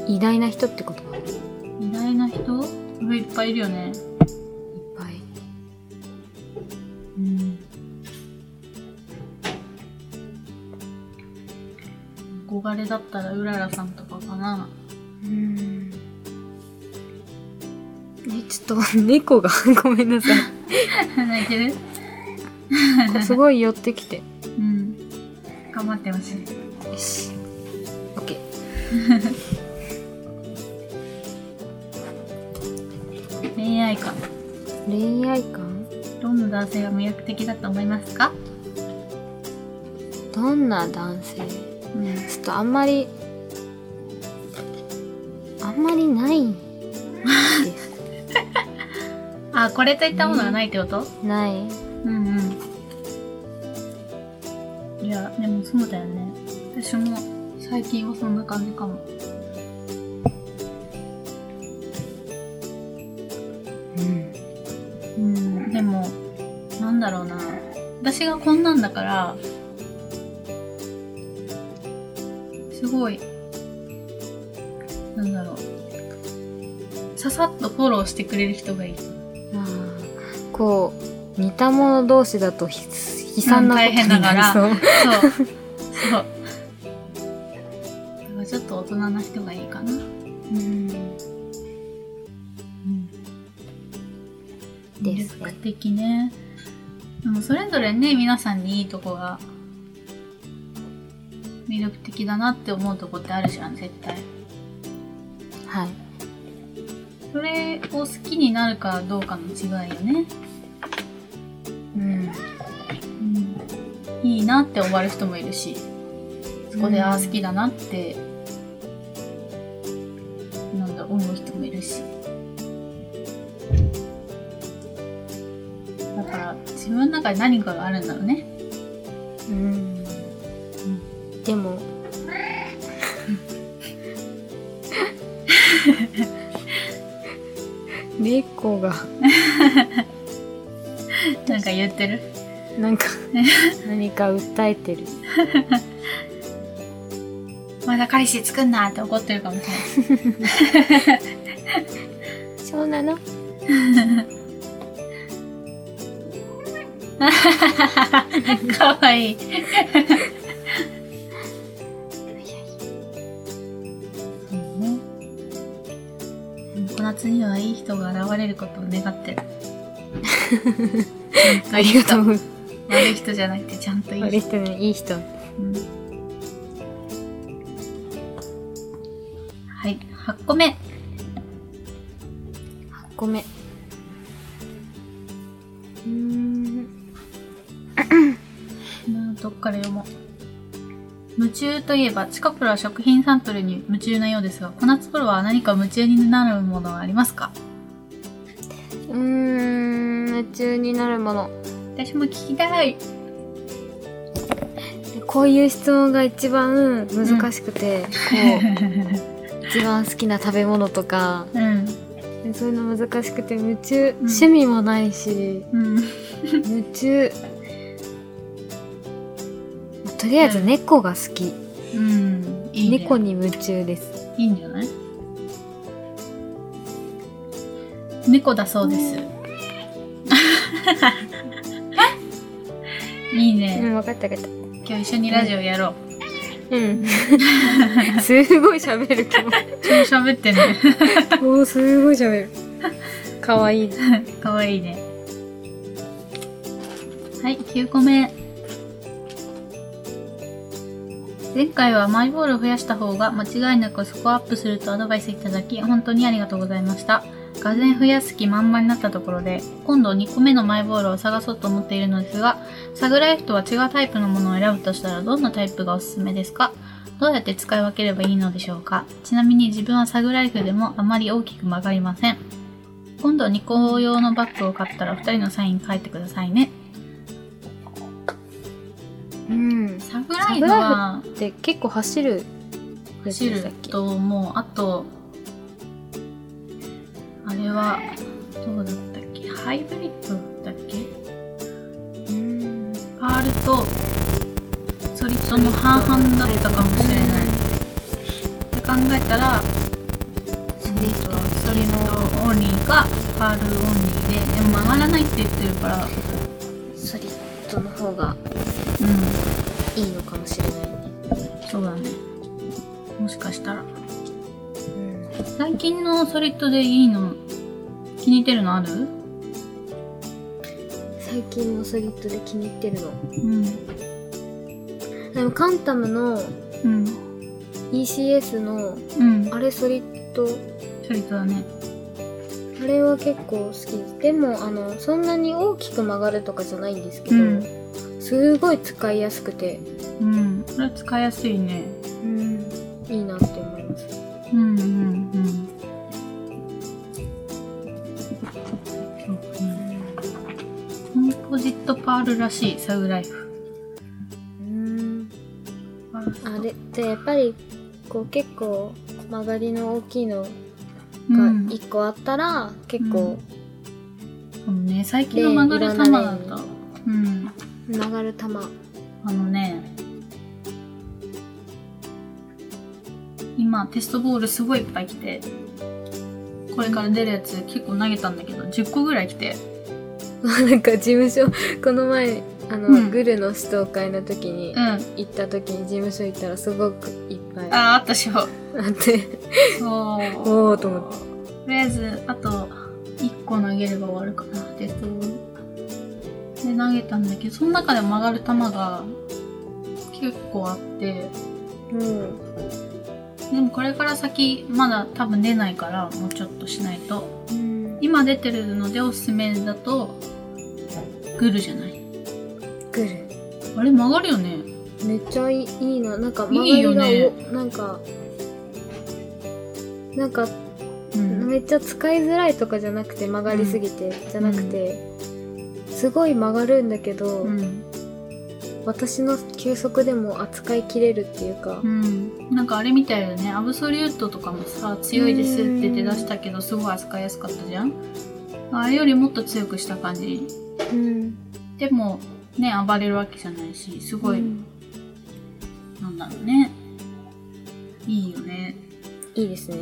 Speaker 1: 偉大な人ってことかいっ
Speaker 2: 偉大な人いっぱいいるよね。
Speaker 1: ぱい
Speaker 2: うん憧れだったらうららさんとかかな
Speaker 1: うんえちょっと *laughs* 猫がごめんなさい
Speaker 2: 泣いてる
Speaker 1: すごい寄ってきて
Speaker 2: うん頑張ってほしい
Speaker 1: よし OK
Speaker 2: 恋愛観
Speaker 1: 恋愛観
Speaker 2: どんな男性が魅力的だと思いますか
Speaker 1: どんな男性
Speaker 2: うん
Speaker 1: ちょっとあんまりあんまりないです
Speaker 2: あこれといったものはないってこと、
Speaker 1: ない
Speaker 2: うんうんいやでもそうだよね私も最近はそんな感じかも
Speaker 1: う
Speaker 2: う
Speaker 1: ん
Speaker 2: んでもなんだろうな私がこんなんだからすごいなんだろうささっとフォローしてくれる人がいい
Speaker 1: あーこう似た者同士だとひ悲惨なことになりそ
Speaker 2: そ
Speaker 1: う、
Speaker 2: うそうだからちょっと大人な人がいいかな
Speaker 1: *laughs* うんです
Speaker 2: 魅
Speaker 1: ね
Speaker 2: 力的ねでもそれぞれね皆さんにいいとこが魅力的だなって思うとこってあるじゃん絶対
Speaker 1: はい
Speaker 2: それを好きになるかどうかの違いよね、
Speaker 1: うん
Speaker 2: いいなって終わる人もいるしそこで、
Speaker 1: うん
Speaker 2: ああ好きだなってなんだ思う人もいるしだから自分の中に何かがあるんだろうね
Speaker 1: うんで *laughs* も猫が
Speaker 2: なんか言ってる
Speaker 1: なんか何か訴えてる
Speaker 2: *laughs* まだ彼氏作んなって怒ってるかもしれない
Speaker 1: そうなの
Speaker 2: かわいい。そうね。この夏にはいい人が現れることを願ってる。ちゃんと
Speaker 1: あ
Speaker 2: いい
Speaker 1: り
Speaker 2: 人
Speaker 1: がとう
Speaker 2: 悪い人じゃなくてちゃんといい
Speaker 1: 悪い
Speaker 2: 人。
Speaker 1: 人ねいい人
Speaker 2: うんはい、8個目。
Speaker 1: 8個目うーん
Speaker 2: うんどっから読もう。夢中といえば、近頃は食品サンプルに夢中なようですが、小夏プロは何か夢中になるものはありますか
Speaker 1: うーん夢中になるもの
Speaker 2: 私も聞きたい。
Speaker 1: こういう質問が一番難しくて、こう一番好きな食べ物とか
Speaker 2: うん。
Speaker 1: そういうの難しくて夢中、
Speaker 2: ん
Speaker 1: 趣味もない *laughs* し
Speaker 2: うん。
Speaker 1: 夢中まあとりあえず猫が好き、
Speaker 2: うん。いいね。
Speaker 1: 猫に夢中です
Speaker 2: いいんじゃない猫だそうです。 *laughs* いいね。
Speaker 1: 分かった分かっ
Speaker 2: 今日一緒にラジオやろう。
Speaker 1: たうん *laughs* すごい喋る *laughs* 今
Speaker 2: 超喋ってね。
Speaker 1: 日もうすごい喋るかわいい
Speaker 2: かわいいね。はい、9個目。前回はマイボールを増やした方が間違いなくスコアアップするとアドバイスいただき、本当にありがとうございました。がぜん増やす気満々になったところで、今度2個目のマイボールを探そうと思っているのですが、サグライフとは違うタイプのものを選ぶとしたらどんなタイプがおすすめですかどうやって使い分ければいいのでしょうかちなみに自分はサグライフでもあまり大きく曲がりません。今度ニコ用のバッグを買ったら2人のサイン書いてくださいね
Speaker 1: うん
Speaker 2: サグライブは
Speaker 1: で結構走るやつ
Speaker 2: 走
Speaker 1: でした
Speaker 2: る
Speaker 1: っけ
Speaker 2: ともうあとあれはどうだったっけハイブリッドだっけ
Speaker 1: うん
Speaker 2: パールとソリッドの半々だったかもしれないって考えたら
Speaker 1: ソ
Speaker 2: え
Speaker 1: リ
Speaker 2: っ
Speaker 1: ッ
Speaker 2: と
Speaker 1: ド
Speaker 2: ソリッドオンリーかパールオンリーででも曲がらないって言ってるから
Speaker 1: ソリッドの方が
Speaker 2: う
Speaker 1: いいのかもしれないね、
Speaker 2: んそうだねもしかしたら最近のソリッドでいいの気に入ってるのある
Speaker 1: 最近のソリッドで気に入ってるの
Speaker 2: うん
Speaker 1: でもカンタムの
Speaker 2: うん
Speaker 1: ECS の
Speaker 2: うん
Speaker 1: あれソリッド
Speaker 2: ソリッドだね
Speaker 1: あれは結構好きですでもあのそんなに大きく曲がるとかじゃないんですけど、
Speaker 2: うん
Speaker 1: すごい使いやすくて、
Speaker 2: うんこれ使いやすいね
Speaker 1: いいなって思います
Speaker 2: うんうんうんそうねコンポジットパールらしいサグライフ
Speaker 1: うん
Speaker 2: パール
Speaker 1: あれってやっぱりこう結構曲がりの大きいのが
Speaker 2: うん
Speaker 1: 1個あったら結構
Speaker 2: あのね最近の曲がる球だったうん
Speaker 1: 曲がる球、 *laughs*
Speaker 2: あのね、今テストボールすごいいっぱい来て、これから出るやつ結構投げたんだけど、10個ぐらい来て、
Speaker 1: なんか事務所この前あの、
Speaker 2: うん
Speaker 1: グルの指導会の時に
Speaker 2: うん。あ
Speaker 1: 行った時に事務所行ったらすごくいっぱい
Speaker 2: あ
Speaker 1: あ
Speaker 2: ー、あったっしょ。
Speaker 1: って
Speaker 2: そう。
Speaker 1: おーと思って
Speaker 2: とりあえず、あと1個投げれば終わるかな、テストボール。で、投げたんだけど、その中で曲がる球が結構あって、
Speaker 1: うん
Speaker 2: でもこれから先、まだ多分出ないから、もうちょっとしないと。
Speaker 1: うん
Speaker 2: 今出てるのでおすすめだとグルじゃない
Speaker 1: グル
Speaker 2: あれ曲がるよね
Speaker 1: めっちゃいいいいななんか曲が
Speaker 2: いい
Speaker 1: りが
Speaker 2: よね
Speaker 1: おなんかなんか
Speaker 2: うん
Speaker 1: めっちゃ使いづらいとかじゃなくて曲がりすぎて、じゃなくて、すごい曲がるんだけど、
Speaker 2: うん、
Speaker 1: 私の球速でも扱いきれるっていうか
Speaker 2: う、ん、なんかあれみたいよねアブソリュートとかもさ強いですって出だしたけどすごい扱いやすかったじゃんあれよりもっと強くした感じ
Speaker 1: うん、
Speaker 2: でもね暴れるわけじゃないしすごい、
Speaker 1: うん
Speaker 2: なんだろうねいいよね
Speaker 1: いいですね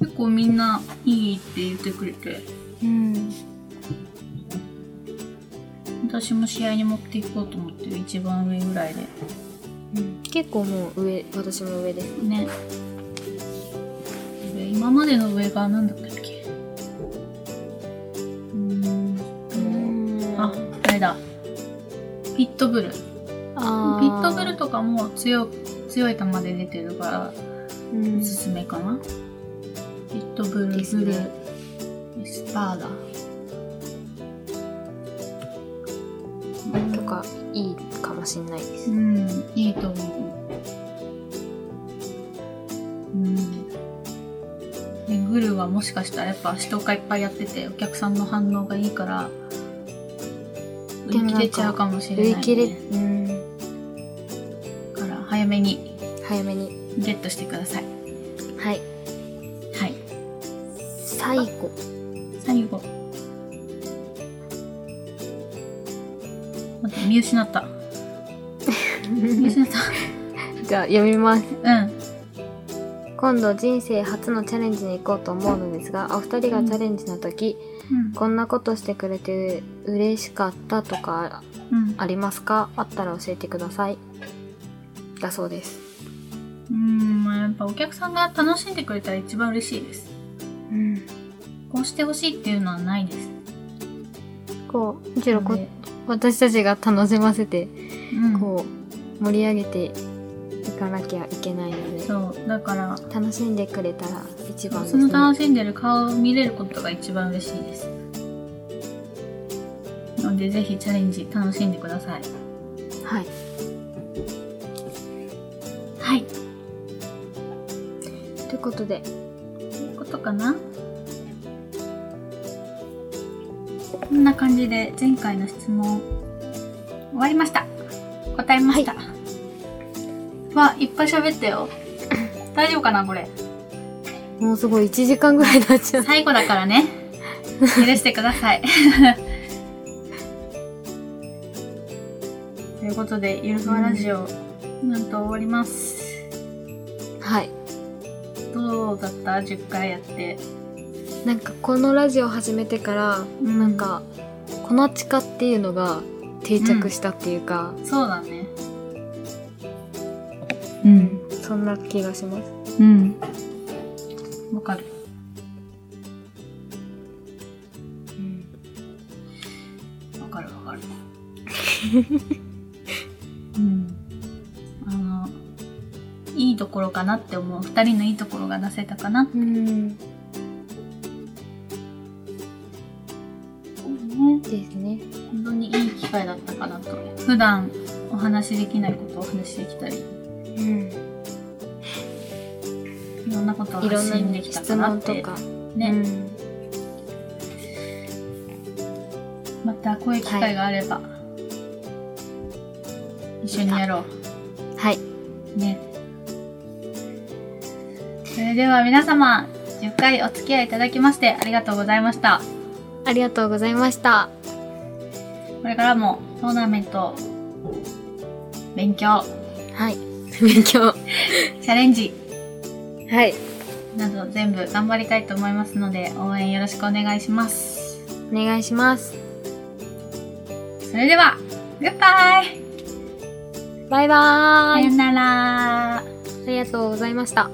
Speaker 2: 結構みんないいって言ってくれて
Speaker 1: うん
Speaker 2: 私も試合に持っていこうと思ってる一番上ぐらいで
Speaker 1: 結構もう上私も上です
Speaker 2: ねで今までの上が何だったっけうーんああれだピットブルピ
Speaker 1: あ
Speaker 2: ットブルとかも強強い球で出てるからおすすめかなピットブル
Speaker 1: です
Speaker 2: ブ
Speaker 1: ね
Speaker 2: ルスパーダ
Speaker 1: とかいいかもしんないで
Speaker 2: う
Speaker 1: す
Speaker 2: んいいと思はもしかしたらやっぱ試投会いっぱいやっててお客さんの反応がいいから売り
Speaker 1: でもなんか
Speaker 2: 切れちゃうかもしれな
Speaker 1: 売
Speaker 2: い、ね、
Speaker 1: り切れ、うん、
Speaker 2: だから早めに
Speaker 1: 早めに
Speaker 2: ゲットしてください
Speaker 1: はい
Speaker 2: はい
Speaker 1: 最 *laughs* 後
Speaker 2: 最後待って見失った見失
Speaker 1: *laughs*
Speaker 2: った
Speaker 1: じゃあ読みます
Speaker 2: うん
Speaker 1: 今度人生初のチャレンジに行こうと思うのですがお二人がチャレンジの時、
Speaker 2: うん
Speaker 1: こんなことしてくれて嬉しかったとか
Speaker 2: うん
Speaker 1: ありますかあったら教えてくださいだそうです
Speaker 2: うんまあやっぱお客さんが楽しんでくれたら一番嬉しいです
Speaker 1: うん
Speaker 2: こうしてほしいっていうのはないです
Speaker 1: こうむしろこ
Speaker 2: で
Speaker 1: 私たちが楽しませて
Speaker 2: うん
Speaker 1: こう盛り上げていかなきゃいけないので
Speaker 2: そうだから
Speaker 1: 楽しんでくれたら一番です
Speaker 2: その
Speaker 1: ね
Speaker 2: 楽しんでる顔を見れることが一番嬉しいですなのでぜひチャレンジ楽しんでください
Speaker 1: はい
Speaker 2: はい
Speaker 1: ということで
Speaker 2: ということかなこんな感じで前回の質問終わりました答えました、わいっぱい喋ったよ大丈夫かなこれ
Speaker 1: もうすごい1時間ぐらいになっちゃう
Speaker 2: 最後だからね許してください *laughs* ということでゆるふわラジオ、なんと終わります
Speaker 1: はい
Speaker 2: どうだった10回やって
Speaker 1: なんかこのラジオ始めてから、
Speaker 2: うん
Speaker 1: なんかこの地下っていうのが定着したっていうか、
Speaker 2: そうだね
Speaker 1: そんな気がします
Speaker 2: うんわかるわかるわかるうんあのいいところかなって思う二人のいいところが出せたかな
Speaker 1: うん
Speaker 2: ね
Speaker 1: ですね
Speaker 2: 本当にいい機会だったかなと普段お話しできないことをお話しできたり
Speaker 1: うん
Speaker 2: いろんなことを
Speaker 1: いろ
Speaker 2: 発信
Speaker 1: ん
Speaker 2: で
Speaker 1: な
Speaker 2: きた
Speaker 1: 質
Speaker 2: かなっ
Speaker 1: 問
Speaker 2: て
Speaker 1: とか、う
Speaker 2: ね、
Speaker 1: ん
Speaker 2: またこういう機会があれば、一緒にやろ
Speaker 1: はいう
Speaker 2: ねそれでは皆様10回お付き合いいただきましてありがとうございました
Speaker 1: ありがとうございました
Speaker 2: これからもトーナメント勉強
Speaker 1: はい勉強
Speaker 2: チャレンジ
Speaker 1: はい
Speaker 2: など全部頑張りたいと思いますので応援よろしくお願いします
Speaker 1: お願いします
Speaker 2: それではグッバイ
Speaker 1: バイバ
Speaker 2: さ
Speaker 1: ーイ、
Speaker 2: よなら
Speaker 1: ありがとうございました